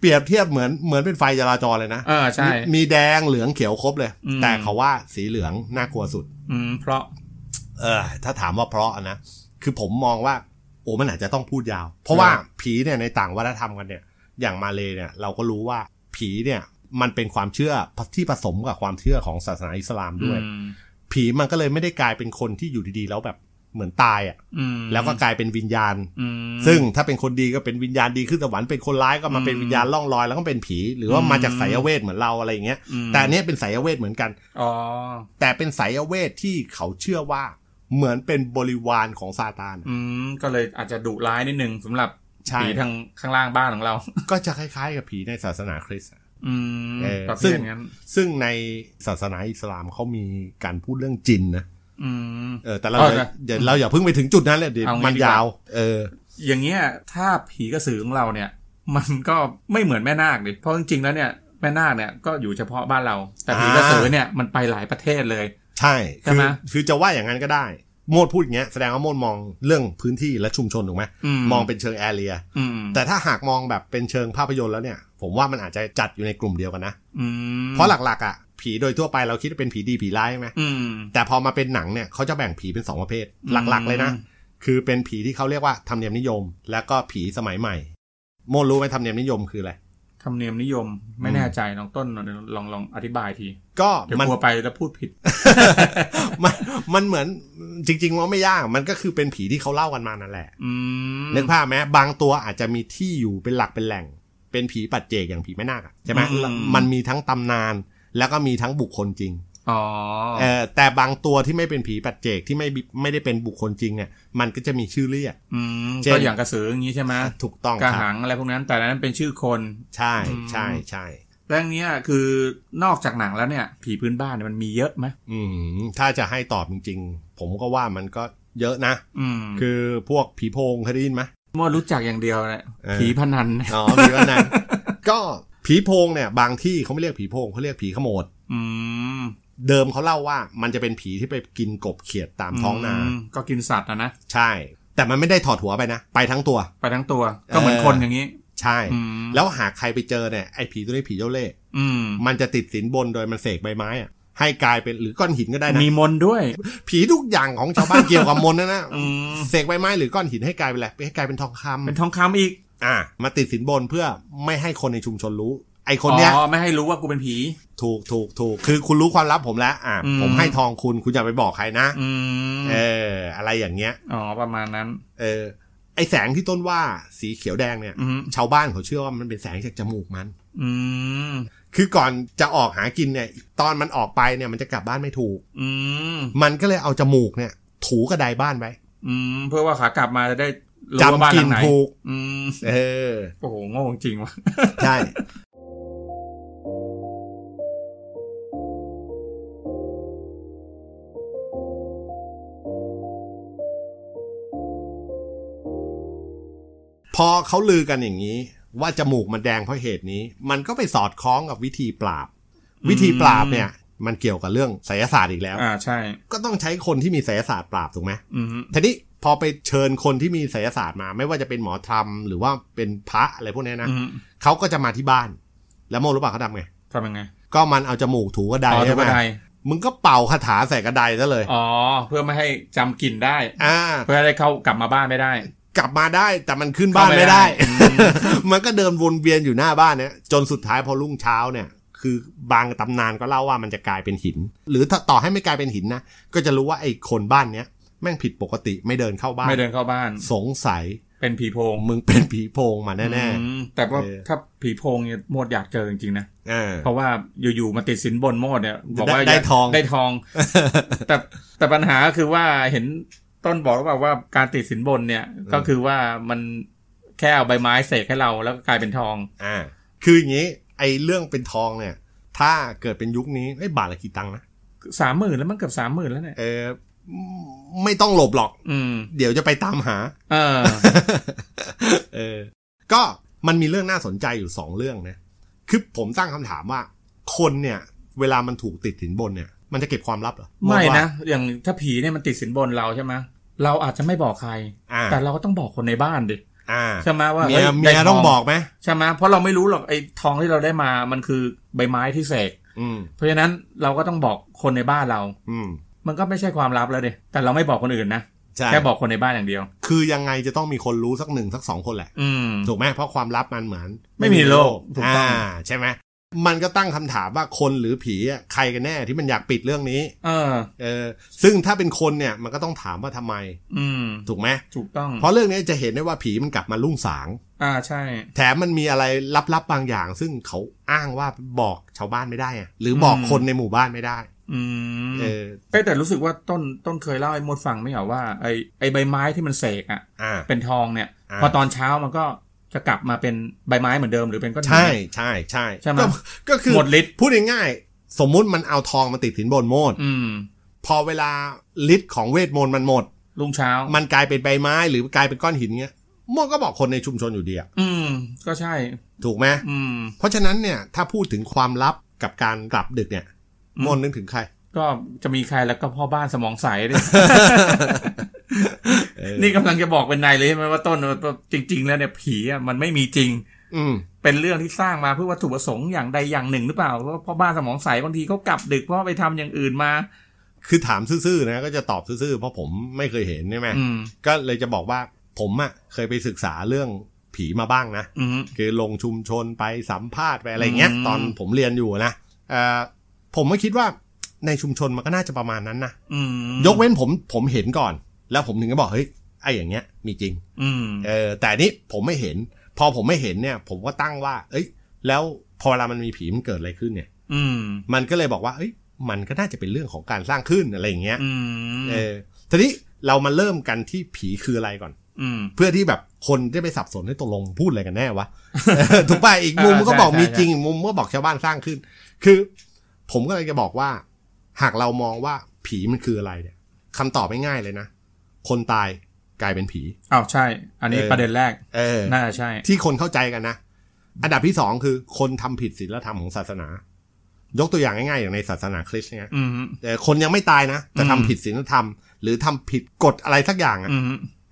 Speaker 1: เปรียบเทียบเหมือนเหมือนเป็นไฟจราจรเลยนะ
Speaker 2: เออใช่
Speaker 1: มีมีแดงเหลืองเขียวครบเลย
Speaker 2: อืม
Speaker 1: แต่เขาว่าสีเหลืองน่ากลัวสุด
Speaker 2: อืม เพราะ
Speaker 1: เออถ้าถามว่าเพราะนะ คือผมมองว่า โอ้มันอาจจะต้องพูดยาว เพราะว่า
Speaker 2: ครับ
Speaker 1: ผีเนี่ยในต่างวัฒนธรรมกันเนี่ย อย่างมาเลเนี่ย เราก็รู้ว่าผีเนี่ย มันเป็นความเชื่อที่ผสมกับความเชื่อของศาสนาอิสลามด้วย
Speaker 2: อืม
Speaker 1: ผีมันก็เลยไม่ได้กลายเป็นคนที่อยู่ดีๆ แล้วแบบเหมือนตายอะ่ะ
Speaker 2: อืม
Speaker 1: แล้วก็กลายเป็นวิญญาณ
Speaker 2: อืม
Speaker 1: ซึ่งถ้าเป็นคนดีก็เป็นวิญญาณดีขึ้นสวรรค์เป็นคนร้ายก็มาเป็นวิญญาณล่องลอยแล้วก็เป็นผี หรือว่ามาจากสายเวทเหมือนเราอะไรอย่างเงี้ย
Speaker 2: อืม
Speaker 1: แต่อันเนี้ยเป็นสายเวทเหมือนกัน
Speaker 2: อ๋อ
Speaker 1: แต่เป็นสายเวทที่เขาเชื่อว่าเหมือนเป็นบริวารของซาตาน
Speaker 2: อืม ก็เลยอาจจะดุร้ายนิดนึงสำหรับ
Speaker 1: ใช่
Speaker 2: ผีทางข้างล่างบ้านของเรา
Speaker 1: ก็จะคล้ายๆกับผีในศาสนาคริสต์อะ
Speaker 2: อืม
Speaker 1: เออ
Speaker 2: ประเภ
Speaker 1: ซึ่ง
Speaker 2: ทงั้น
Speaker 1: ซึ่งในศาสนาอิสลามเขามีการพูดเรื่องจินนะ
Speaker 2: อืม
Speaker 1: เออแต่เรา
Speaker 2: เอา
Speaker 1: อย่า
Speaker 2: นะ
Speaker 1: อย่าเราอย่าเพิ่งไปถึงจุดนั้นเลยเดิ
Speaker 2: เอางี้
Speaker 1: มัน
Speaker 2: ดีกว่า
Speaker 1: ยาวเออ
Speaker 2: อย่างเงี้ยถ้าผีกระสือของเราเนี่ย มันก็ไม่เหมือนแม่นาคดิเพราะจริงๆแล้วเนี่ยแม่นาคเนี่ยก็อยู่เฉพาะบ้านเรา แต่ผีกระสือเนี่ยมันไปหลายประเทศเลย
Speaker 1: ใช่คื
Speaker 2: ใช่
Speaker 1: อ
Speaker 2: ไหม
Speaker 1: คือจะว่าอย่างนั้นก็ได้ โมดพูดอย่างเงี้ยแสดงว่าโมดมองเรื่องพื้นที่และชุมชนถูกไหม
Speaker 2: อื
Speaker 1: มองเป็นเชิงแอเรีย
Speaker 2: อืม
Speaker 1: แต่ถ้าหากมองแบบเป็นเชิงภาพยนตร์แล้วเนี่ย ผมว่ามันอาจจะจัดอยู่ในกลุ่มเดียวกันนะ
Speaker 2: อืม
Speaker 1: เพราะหลักๆอ่ะผีโดยทั่วไปเราคิดว่าเป็นผีดีผีร้ายใช่ไหม
Speaker 2: อืม
Speaker 1: แต่พอมาเป็นหนังเนี่ยเขาจะแบ่งผีเป็นสองประเภท
Speaker 2: อืม
Speaker 1: หลักๆเลยนะ คือเป็นผีที่เขาเรียกว่าธรรมเนียมนิยม แล้วก็ผีสมัยใหม่ โมรู้ไหมธรรมเนียมนิยมคืออะไร
Speaker 2: ธรรมเนียมนิยมไม่แน่ใจน้องต้นลองลองลองอธิบายที
Speaker 1: ก็
Speaker 2: เดี๋ยว
Speaker 1: มัน
Speaker 2: กลัวไปแล้วพูดผิด
Speaker 1: มันมันเหมือนจริง ๆ ว่าไม่ยากมันก็คือเป็นผีที่เขาเล่ากันมานั่นแหละ
Speaker 2: อืม
Speaker 1: นึกภาพไหมบางตัวอาจจะมีที่อยู่เป็นหลักเป็นแหล่ง เป็นผีปัจเจกอย่างผีแม่นาคอะใช่ไหมมันมีทั้งตำนาน แล้วก็มีทั้งบุคคลจริง
Speaker 2: อ๋อ
Speaker 1: เออแต่บางตัวที่ไม่เป็นผีปัจเจกที่ไม่บิไม่ได้เป็นบุคคลจริงเนี่ยมันก็จะมีชื่อเรียก
Speaker 2: อืม
Speaker 1: เช่น
Speaker 2: ก็อย่างกระสืออย่างนี้ใช่ไหม
Speaker 1: ถูกต้อง
Speaker 2: กระ
Speaker 1: ครับ
Speaker 2: หังอะไรพวกนั้น แต่อันนั้นเป็นชื่อคน
Speaker 1: ใช่ใช่ใช่
Speaker 2: เรื่องเนี้ยคือนอกจากหนังแล้วเนี่ย ผีพื้นบ้านเนี่ยมันมีเยอะไหม
Speaker 1: อืมถ้าจะให้ตอบจริงๆ ผมก็ว่ามันก็เยอะนะ
Speaker 2: อืม
Speaker 1: คือพวกผีโพงเคยได้ยินไหม
Speaker 2: มั่วรู้จักอย่างเดียวแหละ
Speaker 1: เออ
Speaker 2: ผีพนัน
Speaker 1: อ๋อ มีว่า นั้น ก็ผีโพงเนี่ย บางที่เขาไม่เรียกผีโพงเขาเรียกผีขโมด
Speaker 2: อืม
Speaker 1: เดิมเขาเล่าว่ามันจะเป็นผีที่ไปกินกบเขียดตามท้องนา
Speaker 2: มก็กินสัตว์นะนะ
Speaker 1: ใช่ แต่มันไม่ได้ถอดหัวไปนะ ไปทั้งตัว
Speaker 2: ไปทั้งตัวก็เหมือน
Speaker 1: เออ
Speaker 2: คนอย่างนี้
Speaker 1: ใช่
Speaker 2: อืม
Speaker 1: แล้วหากใครไปเจอเนี่ยไอ้ผีตัวนี้ผีเจ้าเล่ห์
Speaker 2: อืม
Speaker 1: มันจะติดสินบนโดยมันเสกใบไม้อะให้กลายเป็นหรือก้อนหินก็ได้นะ
Speaker 2: มีมนต์ด้วย
Speaker 1: ผีทุกอย่างของชาวบ้านเกี่ยวกับมนต์นะนะ
Speaker 2: อืม
Speaker 1: เสกใบไม้หรือก้อนหินให้กลายเป็นอะไรให้กลายเป็นทองคำ
Speaker 2: เป็นทองคำอีก
Speaker 1: อ่า มาติดสินบนเพื่อไม่ให้คนในชุมชนรู้ ไอคนเนี้ย
Speaker 2: อ๋อไม่ให้รู้ว่ากูเป็นผี
Speaker 1: ถูกถูกถูกคือคุณรู้ความลับผมแล้ว อ่า
Speaker 2: อืม
Speaker 1: ผมให้ทองคุณคุณอย่าไปบอกใครนะ
Speaker 2: อืม
Speaker 1: เออ อะไรอย่างเงี้ย
Speaker 2: อ๋อประมาณนั้น
Speaker 1: เออ ไอแสงที่ต้นว่าสีเขียวแดงเนี่ย
Speaker 2: อืม
Speaker 1: ชาวบ้านเขาเชื่อว่ามันเป็นแสงจากจมูกมัน
Speaker 2: อืม
Speaker 1: คือก่อนจะออกหากินเนี่ย ตอนมันออกไปเนี่ยมันจะกลับบ้านไม่ถูก
Speaker 2: อืม
Speaker 1: มันก็เลยเอาจมูกเนี่ย ถูกระไดบ้านไว้
Speaker 2: อืมเพื่อว่าขากลับมาจะได้รู้ว่าบ้าน
Speaker 1: จำก
Speaker 2: ห
Speaker 1: ลิน
Speaker 2: ลังไหน
Speaker 1: ถูก
Speaker 2: อืม
Speaker 1: เออ
Speaker 2: โอ้โหโง่จริงว่ะ
Speaker 1: ใช่ พอเขาลือกันอย่างนี้ ว่าจมูกมันแดงเพราะเหตุนี้ มันก็ไปสอดคล้องกับวิธีปราบ วิธีปราบเนี่ย มันเกี่ยวกับเรื่องไสยศาสตร์อีกแล้ว
Speaker 2: อ่าใช่
Speaker 1: ก็ต้องใช้คนที่มีไสยศาสตร์ปราบถูกไหม
Speaker 2: อืม
Speaker 1: ทีนี้พอไปเชิญคนที่มีไสยศาสตร์มา ไม่ว่าจะเป็นหมอธรรมหรือว่าเป็นพระอะไรพวกเนี้ยนะ
Speaker 2: อืม
Speaker 1: เขาก็จะมาที่บ้าน แล้วโมรู้ป่ะเขาทำไง
Speaker 2: ทำยังไง
Speaker 1: ก็มันเอาจมูกถูกระได
Speaker 2: อ๋อ
Speaker 1: ใช่ไหม
Speaker 2: ถูกกระด
Speaker 1: มึงก็เป่าคาถาใส่กระไดซะเลย
Speaker 2: อ๋อเพื่อไม่ให้จำกลิ่นได้
Speaker 1: อ่า
Speaker 2: เพื่อได้เข้ากลับมาบ้านไม่ได้
Speaker 1: กลับมาได้แต่มันขึ้นบ้านไม่ได้ มัน ก็เดินวนเวียนอยู่หน้าบ้านเนี่ย จนสุดท้ายพอรุ่งเช้าเนี่ย คือบางตำนานก็เล่าว่ามันจะกลายเป็นหิน หรือถ้าต่อให้ไม่กลายเป็นหินนะ ก็จะรู้ว่าไอ้คนบ้านเนี้ยแม่งผิดปกติไม่เดินเข้าบ้าน
Speaker 2: ไม่เดินเข้าบ้าน
Speaker 1: สงสัย
Speaker 2: เป็นผีโพง
Speaker 1: มึงเป็นผีโพงมาแน่
Speaker 2: อืมแต่ว่า
Speaker 1: เออ
Speaker 2: ถ้าผีโพงเนี่ยโมดอยากเจอจริงๆนะ
Speaker 1: ๆอ่า
Speaker 2: เพราะว่าอยู่ๆมาติดสินบนโมดเนี่ยบอกว่า
Speaker 1: ได้ได้ทอง
Speaker 2: ได้ทอง แต่แต่ปัญหาก็คือว่าเห็นต้นบอกว่าว่าการติดสินบนเนี่ยก็คือว่ามันแค่เอาใบไม้เสกให้เราแล้วก็กลายเป็นทอง
Speaker 1: อ่า คืออย่างนี้ ไอ้เรื่องเป็นทองเนี่ย ถ้าเกิดเป็นยุคนี้ไอ้ยบาทละกี่ตังค์นะ
Speaker 2: สามหมื่นแล้วมันเกือบสามหมื่นแล้วเนี่ย
Speaker 1: เออไม่ต้องหลบหรอก
Speaker 2: อืม
Speaker 1: เดี๋ยวจะไปตามหา
Speaker 2: เออ
Speaker 1: เออ ก็มันมีเรื่องน่าสนใจอยู่สองเรื่องนะ คือผมตั้งคำถามว่า คนเนี่ย เวลามันถูกติดสินบนเนี่ย มันจะเก็บความลับเหรอ
Speaker 2: ไม่
Speaker 1: ว่า
Speaker 2: นะอย่างถ้าผีเนี่ยมันติดสินบนเราใช่ไหมเราอาจจะไม่บอกใคร
Speaker 1: อ่า
Speaker 2: แต่เราก็ต้องบอกคนในบ้านดิ
Speaker 1: อ่า
Speaker 2: ใช่ไหมว่า
Speaker 1: เมีย
Speaker 2: ฮ้
Speaker 1: เมีย
Speaker 2: ได้
Speaker 1: ต้องบอกไหม
Speaker 2: ใช่ไหมเพราะเราไม่รู้หรอกไอ้ทองที่เราได้มามันคือใบไม้ที่เสก
Speaker 1: อืม
Speaker 2: เพราะฉะนั้นเราก็ต้องบอกคนในบ้านเรา
Speaker 1: อืม
Speaker 2: มันก็ไม่ใช่ความลับแล้วเดยแต่เราไม่บอกคนอื่นนะ
Speaker 1: ใช่
Speaker 2: แค่บอกคนในบ้านอย่างเดียว
Speaker 1: คือยังไงจะต้องมีคนรู้สักหนึ่งสักสองคนแหละ
Speaker 2: อืม
Speaker 1: ถูกไหมเพราะความลับมันเหมือน
Speaker 2: ไม่มีโลกถูกต้อง
Speaker 1: าใช่ไหมมันก็ตั้งคำถามว่าคนหรือผีอะใครกันแน่ที่มันอยากปิดเรื่องนี้
Speaker 2: เออ
Speaker 1: เออซึ่งถ้าเป็นคนเนี่ยมันก็ต้องถามว่าทำไม
Speaker 2: อืม
Speaker 1: ถูกไหม
Speaker 2: ถูกต้อง
Speaker 1: เพราะเรื่องนี้จะเห็นได้ว่าผีมันกลับมาลุ่งสาง
Speaker 2: อ่าใช่
Speaker 1: แถมมันมีอะไรลับๆบางอย่าง ซึ่งเขาอ้างว่าบอกชาวบ้านไม่ได้อะหรือบอก
Speaker 2: อืม
Speaker 1: คนในหมู่บ้านไม่ได้
Speaker 2: อืม
Speaker 1: เออ
Speaker 2: เอ้ยแต่รู้สึกว่าต้นต้นเคยเล่าให้มดฟังไหม่เหรอว่าไอ้ไอ้ใบไม้ที่มันเสกอ่ะ
Speaker 1: อ่า
Speaker 2: เป็นทองเนี่ย
Speaker 1: อ่า
Speaker 2: พอตอนเช้ามันก็จะกลับมาเป็นใบไม้เหมือนเดิมหรือเป็นก้อนหิน
Speaker 1: ใช่ใช่ใช่
Speaker 2: ใช่ไหม
Speaker 1: ก็ก็คือ
Speaker 2: หมดฤทธิ์
Speaker 1: พูดง่ายๆสมมุติมันเอาทองมาติดสินบนโมด
Speaker 2: อืม
Speaker 1: พอเวลาฤทธิ์ของเวทมนต์มันหมด
Speaker 2: ลุงเช้า
Speaker 1: มันกลายเป็นใบไม้หรือกลายเป็นก้อนหินเงี้ยโมดก็บอกคนในชุมชนอยู่ดีอะ
Speaker 2: อืม ก็ใช่
Speaker 1: ถูกไหม
Speaker 2: อืม
Speaker 1: เพราะฉะนั้นเนี่ยถ้าพูดถึงความลับกับการกลับดึกเนี่ย
Speaker 2: อืม
Speaker 1: โมดนึกถึงใคร
Speaker 2: ก็จะมีใครแล้วก็พ่อบ้านสมองใสดิ
Speaker 1: เออ
Speaker 2: นี่กำลังจะบอกเป็นนายเลยใช่ไหมว่าต้นว่าจริง ๆ แล้วเนี่ยผีอ่ะมันไม่มีจริง
Speaker 1: อืม
Speaker 2: เป็นเรื่องที่สร้างมาเพื่อวัตถุประสงค์อย่างใดอย่างหนึ่งหรือเปล่าเพราะว่าพ่อบ้านสมองใสบางทีเขากลับดึกเพราะว่าไปทำอย่างอื่นมา
Speaker 1: คือถามซื่อๆนะก็จะตอบซื่อๆเพราะผมไม่เคยเห็นใช่ไหม
Speaker 2: อืม
Speaker 1: ก็เลยจะบอกว่าผมอะ่ะเคยไปศึกษาเรื่องผีมาบ้างนะ
Speaker 2: อืม
Speaker 1: คือลงชุมชนไปสัมภาษณ์ไปอะไรเงี้ย
Speaker 2: อืม
Speaker 1: ตอนผมเรียนอยู่นะเอ่อผมก็คิดว่าในชุมชนมันก็น่าจะประมาณนั้นนะ
Speaker 2: อืม
Speaker 1: ยกเว้นผมผมเห็นก่อน แล้วผมถึงก็บอกเฮ้ยไอ้อย่างเงี้ยมีจริง
Speaker 2: อืม
Speaker 1: เออแต่อันนี้ผมไม่เห็น พอผมไม่เห็นเนี่ย ผมก็ตั้งว่า เอ้ย แล้วพอเวลามันมีผีมันเกิดอะไรขึ้นเนี่ย
Speaker 2: อืม
Speaker 1: มันก็เลยบอกว่าเอ้ย มันก็น่าจะเป็นเรื่องของการสร้างขึ้นอะไรอย่างเงี้ย
Speaker 2: อืม
Speaker 1: เออทีนี้เรามาเริ่มกันที่ผีคืออะไรก่อน
Speaker 2: อืม
Speaker 1: เพื่อที่แบบคนจะไปสับสนให้ตกลงพูดอะไรกันแน่วะ ถูกป่ะอีกมุมก็
Speaker 2: ใช่
Speaker 1: บอก
Speaker 2: ใช่
Speaker 1: มี
Speaker 2: ใช่
Speaker 1: จริงอีกมุมก็บอกชาวบ้านสร้างขึ้น คือผมก็เลยจะบอกว่า หากเรามองว่าผีมันคืออะไรเนี่ยคำตอบไม่ง่ายเลยนะ คนตายกลายเป็นผี
Speaker 2: อ้าวใช่ อันนี้
Speaker 1: เออ
Speaker 2: ประเด็นแรก
Speaker 1: เออ
Speaker 2: น่าจะใช่
Speaker 1: ที่คนเข้าใจกันนะ อันดับที่สองคือคนทำผิดศีลธรรมของศาสนา ยกตัวอย่างง่ายๆอย่างในศาสนาคริสต์เนี่ย
Speaker 2: อืม
Speaker 1: เออคนยังไม่ตายนะแต่ทำ
Speaker 2: อืม
Speaker 1: ผิดศีลธรรม หรือทำผิดกฎอะไรสักอย่างอะ
Speaker 2: อืม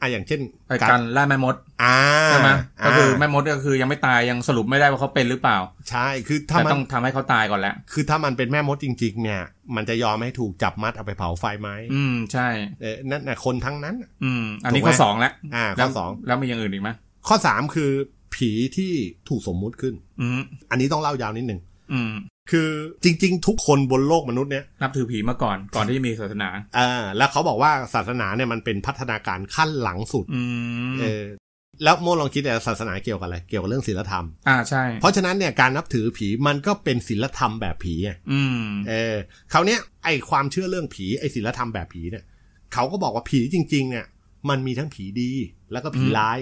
Speaker 1: อ่ะอย่างเช่น
Speaker 2: ไอ้การล่าแม่มด
Speaker 1: อ่า
Speaker 2: ใช่ไหมก็คือแม่
Speaker 1: าม
Speaker 2: ดก็คือยังไม่ตายยังสรุปไม่ได้ว่าเขาเป็นหรือเปล่า
Speaker 1: ใช่คือถ้า
Speaker 2: แต่
Speaker 1: มัน
Speaker 2: ต้องทำให้เขาตายก่อนแหละ
Speaker 1: คือถ้ามันเป็นแม่มดจริง ๆ เนี่ย มันจะยอมให้ถูกจับมัดเอาไปเผาไฟไหม
Speaker 2: อืมใช่
Speaker 1: เออนั่นนะคนทั้งนั้น
Speaker 2: อืม อันนี้
Speaker 1: ถูกไหม
Speaker 2: ข้อสองแล้ว
Speaker 1: อ่า
Speaker 2: แล้
Speaker 1: ข้
Speaker 2: ว
Speaker 1: อสอง
Speaker 2: แล้วมีอย่างอื่นอีกไหม
Speaker 1: ข้อสามคือ ผีที่ถูกสมมุติขึ้น
Speaker 2: อืม
Speaker 1: อันนี้ต้องเล่ายาวนิดหนึ่ง
Speaker 2: อืม
Speaker 1: คือจริง ๆ ทุกคนบนโลกมนุษย์เนี่ย
Speaker 2: นับถือผีมาก่อนก่อนที่จะมีศาสนา
Speaker 1: เอ่าแล้วเขาบอกว่าศาสนาเนี่ยมันเป็นพัฒนาการขั้นหลังสุด
Speaker 2: อืม
Speaker 1: เออ แล้วโมลองคิดแต่ยศาสนาเกี่ยวกับอะไร เกี่ยวกับเรื่องศีลธรรม
Speaker 2: อ่าใช่
Speaker 1: เพราะฉะนั้นเนี่ยการนับถือผีมันก็เป็นศีลธรรมแบบผีไง
Speaker 2: อืม
Speaker 1: เออคราวเนี้ยไอความเชื่อเรื่องผีไอศีลธรรมแบบผีเนี่ยเขาก็บอกว่าผีจริง ๆ เนี่ย มันมีทั้งผีดีแล้วก็ผี
Speaker 2: อืม
Speaker 1: ร้าย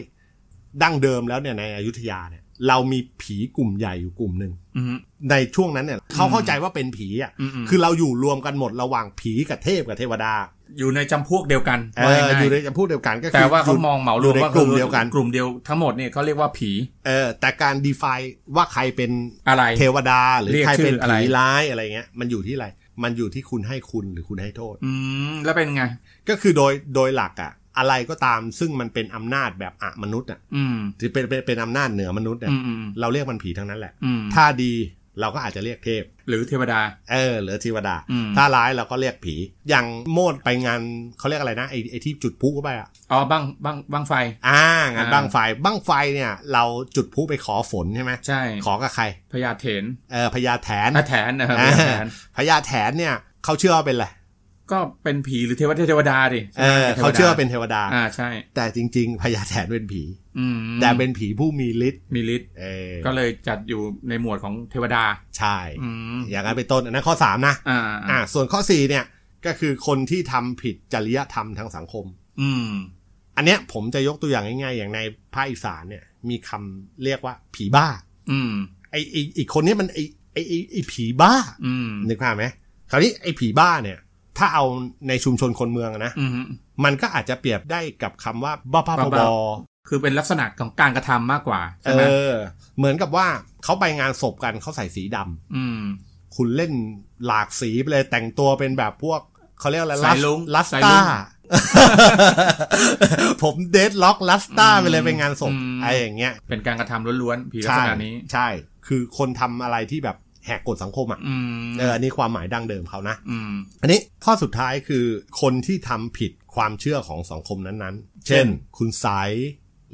Speaker 1: ดั้งเดิมแล้วเนี่ยในอยุธยาเนี่ย เรามีผีกลุ่มใหญ่อยู่กลุ่มหนึ่ง
Speaker 2: อืม
Speaker 1: ในช่วงนั้นเนี่ยเขาเข้าใจว่าเป็นผีอ่ะ
Speaker 2: อืม
Speaker 1: คือเราอยู่รวมกันหมดระหว่างผีกับเทพกับเทวดา
Speaker 2: อยู่ในจำพวกเดียวกัน
Speaker 1: เอ
Speaker 2: ว่า
Speaker 1: อ
Speaker 2: ง่ายๆ
Speaker 1: อยู่ในพูดเดียวกันก็คือ
Speaker 2: แต่ว่าเขามองเหมา
Speaker 1: อ
Speaker 2: รว
Speaker 1: ยู่
Speaker 2: ม
Speaker 1: ใน
Speaker 2: ว่าก
Speaker 1: ลุ่มเดียวกัน
Speaker 2: กลุ่มเดียวทั้งหมดเนี่ยเขาเรียกว่าผี
Speaker 1: เออแต่การดี i n e ว่าใครเป็น
Speaker 2: อะไร
Speaker 1: เทวดาหรือ
Speaker 2: เรียก
Speaker 1: ใครเป็น
Speaker 2: ชื่ออะไร
Speaker 1: ผีร้ายอะไรเงี้ย มันอยู่ที่อะไร มันอยู่ที่คุณให้คุณหรือคุณให้โทษ
Speaker 2: อืมแล้วเป็นไง
Speaker 1: ก็คือโดยโดยหลักอะอะไรก็ตามซึ่งมันเป็นอำนาจแบบอะมนุษย์อะ
Speaker 2: อืม
Speaker 1: ที่เป็นเป็นเป็นอำนาจเหนือมนุษย์เนี่ย
Speaker 2: อืมอืม
Speaker 1: เราเรียกมันผีทั้งนั้นแหละ
Speaker 2: อืม
Speaker 1: ถ้าดีเราก็อาจจะเรียกเทพ
Speaker 2: หรือเทวดา
Speaker 1: เออหรือเทวดา
Speaker 2: อืม
Speaker 1: ถ้าร้ายเราก็เรียกผี อย่างโมดไปงานเขาเรียกอะไรนะไอไอที่จุดพลุเข้าไปอะ
Speaker 2: อ๋อบ้างบ้างบ้างไฟ
Speaker 1: อ่างาน
Speaker 2: อ่า
Speaker 1: บั้งไฟบั้งไฟเนี่ย เราจุดพลุไปขอฝนใช่ไหม
Speaker 2: ใช่
Speaker 1: ขอกับใคร
Speaker 2: พญาเถน
Speaker 1: เออพญาแถน
Speaker 2: อ่ะแถนนะครับพญาแถน
Speaker 1: พญาแถนเนี่ยเขาเชื่อว่าเป็นอะไร
Speaker 2: ก็เป็นผีหรือเทวดาเทวดาดิ
Speaker 1: เออเขาเชื่อว่าเป็นเทวดา
Speaker 2: อ่าใช่
Speaker 1: แต่จริง ๆพญาแถนเป็นผี
Speaker 2: อืม
Speaker 1: แต่เป็นผีผู้มีฤทธิ์
Speaker 2: มีฤทธิ์
Speaker 1: เออ
Speaker 2: ก็เลยจัดอยู่ในหมวดของเทวดา
Speaker 1: ใช่
Speaker 2: อืม
Speaker 1: อย่างนั้นเป็นต้นอันนั้นข้อ 3 นะ
Speaker 2: อ่า
Speaker 1: อ่า ส่วนข้อ 4 เนี่ย ก็คือคนที่ทำผิดจริยธรรมทางสังคม
Speaker 2: อืม
Speaker 1: อันเนี้ยผมจะยกตัวอย่างง่ายๆ อย่างในภาคอีสานเนี่ย มีคำเรียกว่าผีบ้า
Speaker 2: อืม
Speaker 1: ไอไอไอีกคนเนี้ยมันไอไอไอ้ไอผีบ้า
Speaker 2: อืม
Speaker 1: นึกภาพไหมคราวนี้ไอผีบ้าเนี่ย ถ้าเอาในชุมชนคนเมืองอะนะ
Speaker 2: อืม
Speaker 1: มันก็อาจจะเปรียบได้กับคำว่าบ้าบ้าบ
Speaker 2: บ้า
Speaker 1: อ
Speaker 2: คือเป็นลักษณะของการกระทำมากกว่า
Speaker 1: เอ
Speaker 2: ใช่ไหม
Speaker 1: อ เหมือนกับว่าเขาไปงานศพกันเขาใส่สีดำ
Speaker 2: อืม
Speaker 1: คุณเล่นหลากสีไปเลยแต่งตัวเป็นแบบพวกเขาเรียกอะไร
Speaker 2: สายลุ้ง
Speaker 1: ลัส
Speaker 2: สายลุ้
Speaker 1: ตาง ผมเดดล็อกลัสตา
Speaker 2: อืม
Speaker 1: ไปเลยไปงานศพ
Speaker 2: อืม
Speaker 1: อะไรอย่างเงี้ย
Speaker 2: เป็นการกระทำล้วนๆผีลัก
Speaker 1: ใช่
Speaker 2: ษณะนี้
Speaker 1: ใช่ คือคนทำอะไรที่แบบแหกกฎสังคมอ่ะ
Speaker 2: อืม
Speaker 1: เอออันนี้ความหมายดั้งเดิมเขานะ
Speaker 2: อืม
Speaker 1: อันนี้ข้อสุดท้ายคือคนที่ทำผิดความเชื่อของสังคมนั้นๆ เช่น คุณไสาย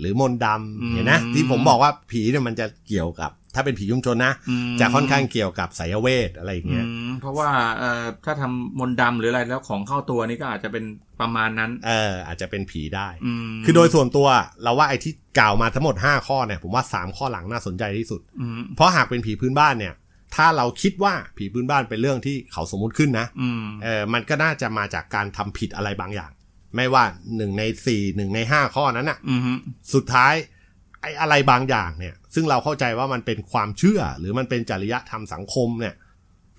Speaker 1: หรือมนต์
Speaker 2: อื
Speaker 1: ดำ
Speaker 2: ม
Speaker 1: เห็นนะที่ผมบอกว่าผีเนี่ยมันจะเกี่ยวกับ ถ้าเป็นผีชุมชนนะ
Speaker 2: อืม
Speaker 1: จะค่อนข้างเกี่ยวกับไสายเวทอะไรอย่าง
Speaker 2: อื
Speaker 1: เงี้ย
Speaker 2: มเพราะว่าเอ่อถ้าทำมนต์ดำหรืออะไรแล้วของเข้าตัวนี่ก็อาจจะเป็นประมาณนั้น
Speaker 1: เอออาจจะเป็นผีได้
Speaker 2: อืม
Speaker 1: คือโดยส่วนตัวเราว่าไอ้ที่กล่าวมาทั้งหมด 5 ข้อเนี่ยผมว่า 3 ข้อหลังน่าสนใจที่สุด
Speaker 2: อืม
Speaker 1: เพราะหากเป็นผีพื้นบ้านเนี่ย ถ้าเราคิดว่าผีพื้นบ้านเป็นเรื่องที่เขาสมมุติขึ้นนะ
Speaker 2: อืม
Speaker 1: เออมันก็น่าจะมาจากการทำผิดอะไรบางอย่าง ไม่ว่า 1 ใน 4 1 ใน 5 ข้อนั้นน่ะ
Speaker 2: อืม
Speaker 1: สุดท้ายไอ้อะไรบางอย่างเนี่ย ซึ่งเราเข้าใจว่ามันเป็นความเชื่อ หรือมันเป็นจริยธรรมสังคมเนี่ย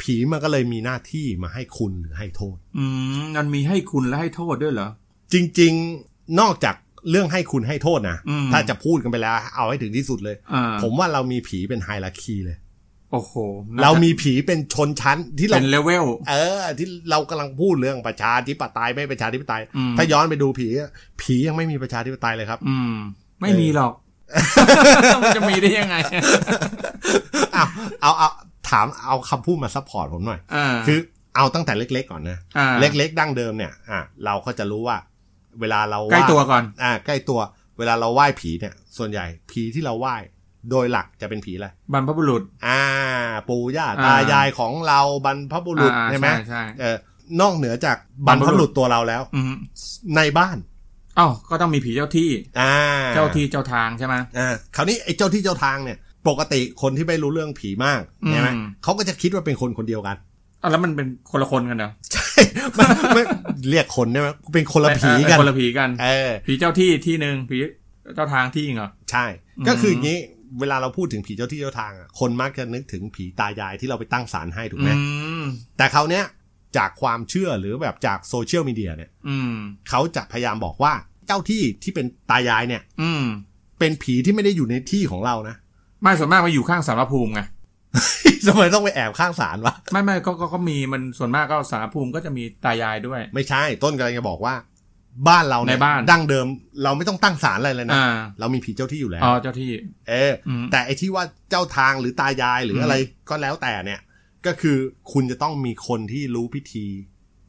Speaker 1: ผีมันก็เลยมีหน้าที่มาให้คุณหรือให้โทษ
Speaker 2: อืมมันมีให้คุณและให้โทษด้วยเหรอ
Speaker 1: จริงๆ นอกจากเรื่องให้คุณให้โทษนะ
Speaker 2: อืม
Speaker 1: ถ้าจะพูดกันไปแล้วเอาให้ถึงที่สุดเลย
Speaker 2: อ่า
Speaker 1: ผมว่าเรามีผีเป็นไฮรักีเลย
Speaker 2: โอ้โห
Speaker 1: เรามีผีเป็นชนชั้นที่เรา
Speaker 2: เป็นเลเวล
Speaker 1: เออ ที่เรากำลังพูดเรื่องประชาธิปไตยไม่ประชาธิปไตย
Speaker 2: อืม
Speaker 1: ถ้าย้อนไปดูผีอะผียังไม่มีประชาธิปไตยเลยครับ
Speaker 2: อืม ไม่มีหรอก มันจะมีได้ยังไง
Speaker 1: เอาเอาเอาถามเอาคำพูดมาซัพพอร์ตผมหน่อย
Speaker 2: อ่า
Speaker 1: คือเอาตั้งแต่เล็ก ๆ ก่อนนะ
Speaker 2: า
Speaker 1: เล็กๆ ดั้งเดิมเนี่ยอ่ะเราก็จะรู้ว่า เวลาเรา
Speaker 2: ใกล้
Speaker 1: า
Speaker 2: ตัวก่อน
Speaker 1: อ่าใกล้ตัวเวลาเราไหว้ผีเนี่ย ส่วนใหญ่ผีที่เราไหว้โดยหลักจะเป็นผีอะไร
Speaker 2: บรรพบุรุษ
Speaker 1: อ่า ปู่ย่าตายายของเราบรรพบุรุษ
Speaker 2: อ่า
Speaker 1: ใช่ไหม
Speaker 2: ใช่ใช่
Speaker 1: เออนอกเหนือจากบรรพบุรุษตัวเราแล้ว
Speaker 2: อืม
Speaker 1: ในบ้าน
Speaker 2: อ้าวก็ต้องมีผีเจ้าที่
Speaker 1: อ่า
Speaker 2: เจ้าที่เจ้าทางใช่ไหม
Speaker 1: อ่าคราวนี้ไอ้เจ้าที่เจ้าทางเนี่ย ปกติคนที่ไม่รู้เรื่องผีมากใช่ไหม
Speaker 2: อืม
Speaker 1: เขาก็จะคิดว่าเป็นคนคนเดียวกัน
Speaker 2: อ้าวแล้วมันเป็นคนละคนกันเหรอ
Speaker 1: ใช่มันไม่เรียกคนได้ไหมเป็นคนละผีกัน
Speaker 2: เออคนละผีกัน
Speaker 1: เออ
Speaker 2: ผีเจ้าที่ที่หนึ่งผีเจ้าทางที่เหรอ
Speaker 1: ใช่
Speaker 2: อืม
Speaker 1: ก็คืออย่างนี้ เวลาเราพูดถึงผีเจ้าที่เจ้าทางอ่ะ คนมักจะนึกถึงผีตายายที่เราไปตั้งศาลให้ถูกไหม
Speaker 2: อืม
Speaker 1: แต่เขาวเนี้ยจากความเชื่อหรือแบบจากโซเชียลมีเดียเนี่ย
Speaker 2: อืม
Speaker 1: เขาจะพยายามบอกว่าเจ้าที่ที่เป็นตายายเนี่ย
Speaker 2: อืม
Speaker 1: เป็นผีที่ไม่ได้อยู่ในที่ของเรานะ
Speaker 2: ไม่ส่วนมากมาอยู่ข้างสารพระภูมิไง
Speaker 1: ทำไมต้องไปแอบข้างศาลวะ
Speaker 2: ไม่ไม่ก็ก็ก็มีมันส่วนมากก็สารพระภูมิก็จะมีตายายด้วย
Speaker 1: ไม่ใช่ต้นกำลังจะบอกว่า บ้านเราเนี่ย
Speaker 2: ในบ้าน
Speaker 1: ดั้งเดิม เราไม่ต้องตั้งศาลอะไรเลยนะ
Speaker 2: อ่า
Speaker 1: เรามีผีเจ้าที่อยู่แล้ว
Speaker 2: อ๋อเจ้าที่
Speaker 1: เอออ
Speaker 2: ม
Speaker 1: แต่ไอที่ว่าเจ้าทางหรือตายายหรือ
Speaker 2: ม
Speaker 1: อะไรก็แล้วแต่เนี่ย ก็คือคุณจะต้องมีคนที่รู้พิธี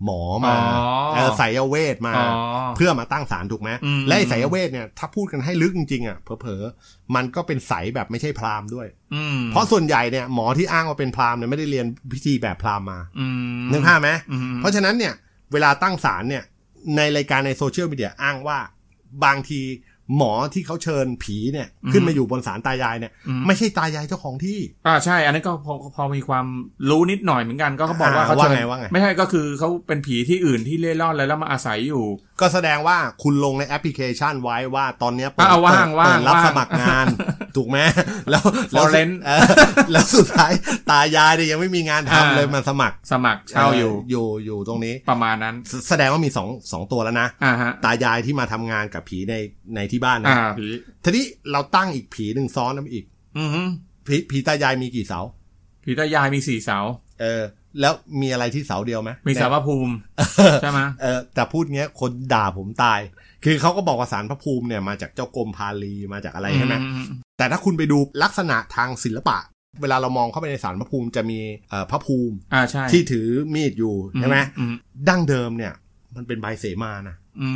Speaker 1: หมอมา
Speaker 2: อ๋อ
Speaker 1: เออไสายเวทมา
Speaker 2: อ๋อ
Speaker 1: เพื่อมาตั้งศาลถูกไหม
Speaker 2: อืม
Speaker 1: และไอ้ไสายเวทเนี่ยถ้าพูดกันให้ลึกจริงๆอ่ะเผลอๆมันก็เป็นไสายแบบไม่ใช่พราหมณ์ด้วย
Speaker 2: อืม
Speaker 1: เพราะส่วนใหญ่เนี่ยหมอที่อ้างว่าเป็นพราหมณ์เนี่ยไม่ได้เรียนพิธีแบบพราหมณ์มา
Speaker 2: อืม
Speaker 1: นึกภาพไหม
Speaker 2: อืม
Speaker 1: เพราะฉะนั้นเนี่ยเวลาตั้งศาลเนี่ยในรายการในโซเชียลมีเดียอ้างว่า บางทีหมอที่เขาเชิญผีเนี่ยขึ้นมาอยู่บนศาลตายายเนี่ย
Speaker 2: อืม
Speaker 1: ไม่ใช่ตายายเจ้าของที่
Speaker 2: อ่าใช่ อันนั้นก็พอพอมีความรู้นิดหน่อยเหมือนกันก็เขาบอกว่า
Speaker 1: อ่า
Speaker 2: เขา
Speaker 1: ว่า
Speaker 2: เชิญ
Speaker 1: ไงว่าไง
Speaker 2: ไม่ใช่ก็คือเขาเป็นผีที่อื่นที่เล่ร่อนแล้วแล้วมาอาศัยอยู่
Speaker 1: ก็แสดงว่าคุณลงในแอปพลิเคชันไว้ว่าตอนเนี้ยเปิด
Speaker 2: อ่ะเอาว่าง
Speaker 1: เปิด
Speaker 2: ว่าง
Speaker 1: เปิดรับ
Speaker 2: ว่าง
Speaker 1: สมัคร งาน ถูกไหมแล้วแล้ว
Speaker 2: Foreign
Speaker 1: ออ แล้วสุดท้ายตายายเนี่ยยังไม่มีงานทำ
Speaker 2: อ่า
Speaker 1: เลยมาสมัคร
Speaker 2: สมัครเช่าอยู่
Speaker 1: อยู่อยู่ตรงนี้
Speaker 2: ประมาณนั้น
Speaker 1: แสแสดงว่ามีสองสองตัวแล้วนะ
Speaker 2: อ่าฮะ
Speaker 1: ตายายที่มาทำงานกับผีในในที่บ้านนะ
Speaker 2: อ่าผี
Speaker 1: ทีนี้เราตั้งอีกผีหนึ่งซ้อนมาอีก
Speaker 2: อือฮึ
Speaker 1: ผีผีตายายมีกี่เสา
Speaker 2: ผีตายายมีสี่เสา
Speaker 1: เออ แล้วมีอะไรที่เสาเดียวไหม
Speaker 2: มีสาร
Speaker 1: เ
Speaker 2: พระภูมิ
Speaker 1: ออ
Speaker 2: ใช่ไหม
Speaker 1: เออแต่พูดเงี้ยคนด่าผมตาย คือเขาก็บอกว่าสารพระภูมิเนี่ยมาจากเจ้ากรมพาลีมาจากอะไรใช่ไหม
Speaker 2: อืม
Speaker 1: แต่ถ้าคุณไปดูลักษณะทางศิลปะ เวลาเรามองเข้าไปในสารพระภูมิจะมีเอ่อพระภูมิ
Speaker 2: อ่าใช่
Speaker 1: ที่ถือมีดอยู่ใช่ไหม
Speaker 2: อืม
Speaker 1: ดั้งเดิมเนี่ย มันเป็นใบเสมานะ
Speaker 2: อื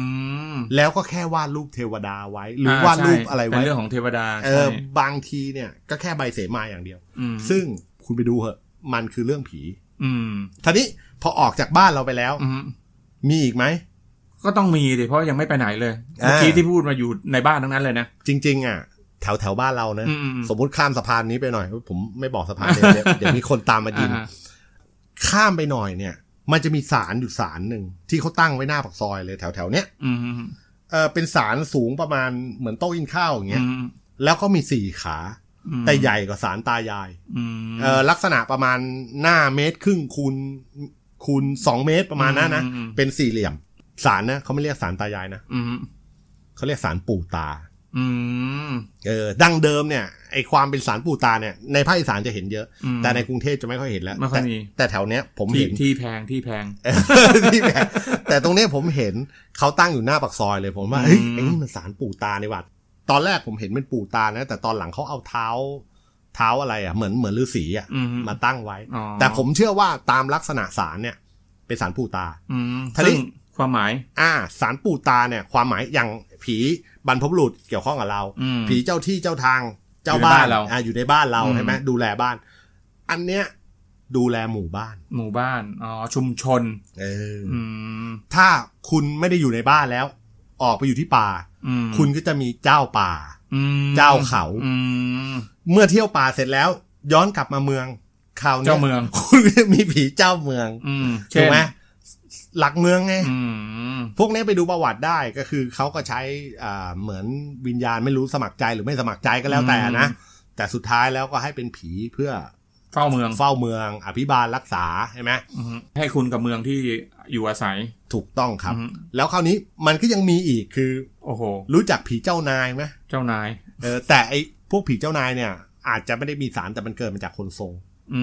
Speaker 2: ม
Speaker 1: แล้วก็แค่วาดรูปเทวดาไว้ หรือวาดรูปอะไร
Speaker 2: เป็
Speaker 1: ไว้
Speaker 2: นเรื่องของเทวดา
Speaker 1: เอ
Speaker 2: ใช่
Speaker 1: อบางทีเนี่ยก็แค่ใบเสมาอย่างเดียว
Speaker 2: ม
Speaker 1: ซึ่งคุณไปดูเหอะมันคือเรื่องผี
Speaker 2: อืม
Speaker 1: ทีนี้พอออกจากบ้านเราไปแล้ว
Speaker 2: อืม
Speaker 1: มีอีกไหม
Speaker 2: ก็ต้องมีดิเพราะยังไม่ไปไหนเลย
Speaker 1: อ่า
Speaker 2: เมื่อกี้ที่พูดมาอยู่ในบ้านทั้งนั้นเลยนะ
Speaker 1: จริง ๆ อ่ะ แถวแถวบ้านเรานะ
Speaker 2: อืม
Speaker 1: สมมติข้ามสะพานนี้ไปหน่อย ผมไม่บอกสะพาน เดี๋ยวเดี๋ยวเดี๋ยวมีคนตามมายิง
Speaker 2: อ่า
Speaker 1: ข้ามไปหน่อยเนี่ย มันจะมีศาลอยู่ศาลหนึ่งที่เขาตั้งไว้หน้าปากซอยเลยแถวแถวๆเนี้ย
Speaker 2: อืมอืม
Speaker 1: เออเป็นศาลสูงประมาณเหมือนโต๊ะกินข้าวอย่าง
Speaker 2: อื
Speaker 1: เงี้ย
Speaker 2: ม
Speaker 1: แล้วก็มีสี่ขา
Speaker 2: อืม
Speaker 1: แต่ใหญ่กว่าศาลตายาย
Speaker 2: อืม
Speaker 1: เอ่อลักษณะประมาณหน้าเมตรครึ่งคูณคูณสองเมตรประมาณนั้นนะ
Speaker 2: อืม
Speaker 1: เป็นสี่เหลี่ยมสารนะเขาไม่เรียกสารตายายนะ
Speaker 2: อืม
Speaker 1: เขาเรียกสารปู่ตา
Speaker 2: อืม
Speaker 1: เออดั้งเดิมเนี่ยไอความเป็นสารปู่ตาเนี่ยในภาคอีสานจะเห็นเยอะ
Speaker 2: อืม
Speaker 1: แต่ในกรุงเทพจะไม่ค่อยเห็นแล้ว
Speaker 2: ไม่ค่อย
Speaker 1: แต่
Speaker 2: มี
Speaker 1: แต่แถวเนี้ยผม
Speaker 2: ที่
Speaker 1: เห็น
Speaker 2: ที่แพงที่แพง
Speaker 1: เออ ที่แบบแต่ตรงเนี้ยผมเห็นเขาตั้งอยู่หน้าปากซอยเลยผมว่า
Speaker 2: อืม
Speaker 1: เฮ้ยไอ้นี่มันสารปู่ตาในวัดตอนแรกผมเห็นเป็นปู่ตานะ แต่ตอนหลังเขาเอาเท้าเท้าอะไรอ่ะเหมือนเหมือนฤาษีอ่ะ
Speaker 2: อืม
Speaker 1: มาตั้งไว้
Speaker 2: อ๋อ
Speaker 1: แต่ผมเชื่อว่าตามลักษณะสารเนี่ย เป็นสารปู่ตา
Speaker 2: อืม
Speaker 1: ทะเล
Speaker 2: ซึ่งความหมาย
Speaker 1: อ่าสารปู่ตาเนี่ย ความหมายอย่างผีบรรพบุรุษเกี่ยวข้องกับเรา
Speaker 2: อืม
Speaker 1: ผีเจ้าที่เจ้าทางเจ้า
Speaker 2: อยู่ใน
Speaker 1: บ้า
Speaker 2: บ้าน นเรา
Speaker 1: อ่าอยู่ในบ้านเรา
Speaker 2: อืม
Speaker 1: ใช่ไหมดูแลบ้าน อันเนี้ยดูแลหมู่บ้าน
Speaker 2: หมู่บ้านอ๋อชุมชน
Speaker 1: เออ
Speaker 2: อืม
Speaker 1: ถ้าคุณไม่ได้อยู่ในบ้านแล้ว ออกไปอยู่ที่ป่า
Speaker 2: อืม
Speaker 1: คุณก็จะมีเจ้าป่า
Speaker 2: อืม
Speaker 1: เจ้าเขา
Speaker 2: อืม
Speaker 1: เมื่อเที่ยวป่าเสร็จแล้ว ย้อนกลับมาเมืองคราวนี้ย
Speaker 2: เจ้าเมือง
Speaker 1: คุณก็จะมีผีเจ้าเมือง
Speaker 2: อืม
Speaker 1: ถู
Speaker 2: เช่
Speaker 1: ก
Speaker 2: น
Speaker 1: ไหมหลักเมืองไง
Speaker 2: อืม
Speaker 1: พวกนี้ไปดูประวัติได้ก็คือเขาก็ใช้อ่าเหมือนวิญญาณไม่รู้สมัครใจหรือไม่สมัครใจก็แล้วแต่นะ
Speaker 2: อืม
Speaker 1: แต่สุดท้ายแล้วก็ให้เป็นผีเพื่อ
Speaker 2: เฝ้าเมือง
Speaker 1: เฝ้าเมือง อภิบาลรักษาใช่ไหม
Speaker 2: อืมให้คุณกับเมืองที่อยู่อาศัย
Speaker 1: ถูกต้องครับ
Speaker 2: อืม
Speaker 1: แล้วคราวนี้มันก็ยังมีอีกคือ
Speaker 2: โอ้โห
Speaker 1: รู้จักผีเจ้านายไหม
Speaker 2: เจ้านาย
Speaker 1: เออแต่ไอ้พวกผีเจ้านายเนี่ย อาจจะไม่ได้มีสารแต่มันเกิดมาจากคนทรง
Speaker 2: อื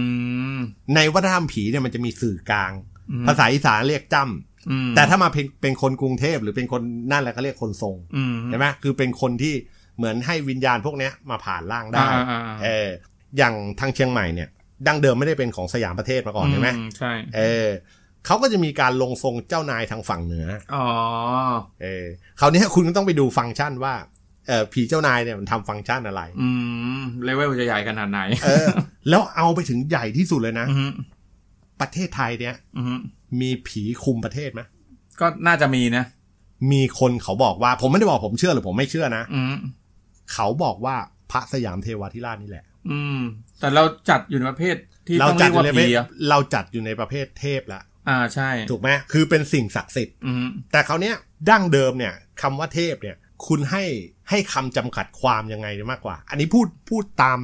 Speaker 2: ม
Speaker 1: ในวัฒนธรรมผีเนี่ยมันจะมีสื่อกลาง
Speaker 2: อืม
Speaker 1: ภาษาอีสานเรียกจ้
Speaker 2: อืม
Speaker 1: ำแต่ถ้ามาเป็นเป็นคนกรุงเทพหรือเป็นคนนั่นแหละก็เรียกคนทรง
Speaker 2: อืม
Speaker 1: ใช่ไหมคือเป็นคนที่เหมือนให้วิญญาณพวกเนี้ยมาผ่านร่างได้
Speaker 2: อ่าอ่าอ่า
Speaker 1: เออ อย่างทางเชียงใหม่เนี่ย ดั้งเดิมไม่ได้เป็นของสยามประเทศมาก่อนใช่ไหม
Speaker 2: ใช่
Speaker 1: เออเขาก็จะมีการลงทรงเจ้านายทางฝั่งเหนือ
Speaker 2: อ๋อ
Speaker 1: เออคราวนี้คุณก็ต้องไปดูฟังก์ชันว่าเออผีเจ้านายเนี่ยมันทำฟังก์ชันอะไร
Speaker 2: อืมเลเวลจะใหญ่ขนาดไหน
Speaker 1: เอ อ แล้วเอาไปถึงใหญ่ที่สุดเลยนะ
Speaker 2: อืม
Speaker 1: ประเทศไทยเนี่ย
Speaker 2: อืม
Speaker 1: มีผีคุมประเทศไหม
Speaker 2: ก็น่าจะมีนะ
Speaker 1: มีคนเขาบอกว่าผมไม่ได้บอกผมเชื่อหรือผมไม่เชื่อนะ
Speaker 2: อืม
Speaker 1: เขาบอกว่าพระสยามเทวาธิราชนี่แหละ
Speaker 2: อืม แต่เราจัดอยู่ในประเภทที่
Speaker 1: เรา
Speaker 2: ต้อง
Speaker 1: จัดอยู่
Speaker 2: เรียกว่า
Speaker 1: ในประเภ
Speaker 2: ผี
Speaker 1: ท
Speaker 2: อะ
Speaker 1: เราจัดอยู่ในประเภทเทพละ
Speaker 2: อ่าใช่
Speaker 1: ถูกไหมคือเป็นสิ่งศักดิ์สิทธิ์
Speaker 2: อืม
Speaker 1: แต่คราวเนี้ยดั้งเดิมเนี่ยคำว่าเทพเนี่ย คุณให้ให้คำจำกัดความยังไงมากกว่า อันนี้พูดพูดตาม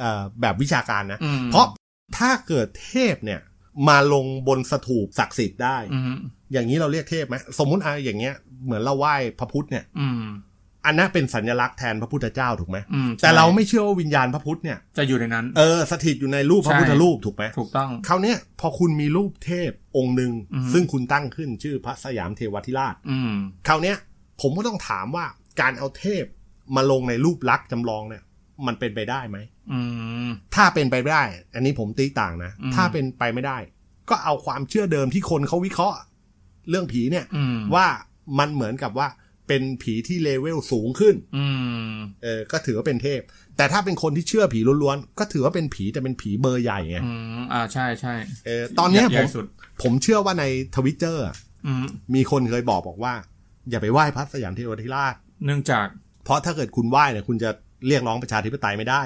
Speaker 1: เอ่อแบบวิชาการนะ
Speaker 2: อืม
Speaker 1: เพราะถ้าเกิดเทพเนี่ยมาลงบนสถูปศักดิ์สิทธิ์ได้
Speaker 2: อืม
Speaker 1: อย่างนี้เราเรียกเทพไหมสมมุติอะอย่างเงี้ยเหมือนเราไหว้พระพุทธเนี่ย
Speaker 2: อืม
Speaker 1: อันนั้นเป็นสัญลักษณ์แทนพระพุทธเจ้าถูกไหม
Speaker 2: อืมใช่
Speaker 1: แต่เราไม่เชื่อว่าวิญญาณพระพุทธเนี่ย
Speaker 2: จะอยู่ในนั้น
Speaker 1: เออสถิตอยู่ในรูปพระพุทธรูปถูกไหม
Speaker 2: ถูกต้อง
Speaker 1: คราวเนี้ยพอคุณมีรูปเทพองค์หนึ่ง
Speaker 2: อือฮึ
Speaker 1: ซึ่งคุณตั้งขึ้นชื่อพระสยามเทวทิราช
Speaker 2: อืม
Speaker 1: คราวเนี้ยผมก็ต้องถามว่าการเอาเทพมาลงในรูปลักษณ์จำลองเนี่ย มันเป็นไปได้ไหม
Speaker 2: อืม
Speaker 1: ถ้าเป็นไปได้ อันนี้ผมตีต่างนะ
Speaker 2: อืม
Speaker 1: ถ้าเป็นไปไม่ได้ ก็เอาความเชื่อเดิมที่คนเขาวิเคราะห์ เรื่องผีเนี่ย
Speaker 2: อืม
Speaker 1: ว่ามันเหมือนกับว่าเป็นผีที่เลเวลสูงขึ้น
Speaker 2: อืม
Speaker 1: เออ ก็ถือว่าเป็นเทพ แต่ถ้าเป็นคนที่เชื่อผีล้วนๆ ก็ถือว่าเป็นผีแต่เป็นผีเบอร์ใหญ่ไง
Speaker 2: อืมอ่าใช่ใช่
Speaker 1: เออ ตอนเนี้ย
Speaker 2: ให
Speaker 1: ผ
Speaker 2: ญ่
Speaker 1: ม
Speaker 2: สุด
Speaker 1: ผมเชื่อว่าในทวิตเตอร์
Speaker 2: อืม
Speaker 1: มีคนเคยบอกบอกว่า อย่าไปไหว้พระสยามเทวทิราช
Speaker 2: เนื่องจาก
Speaker 1: เพราะถ้าเกิดคุณไหว้เนี่ยคุณจะเรียกร้องประชาธิปไตยไม่ได้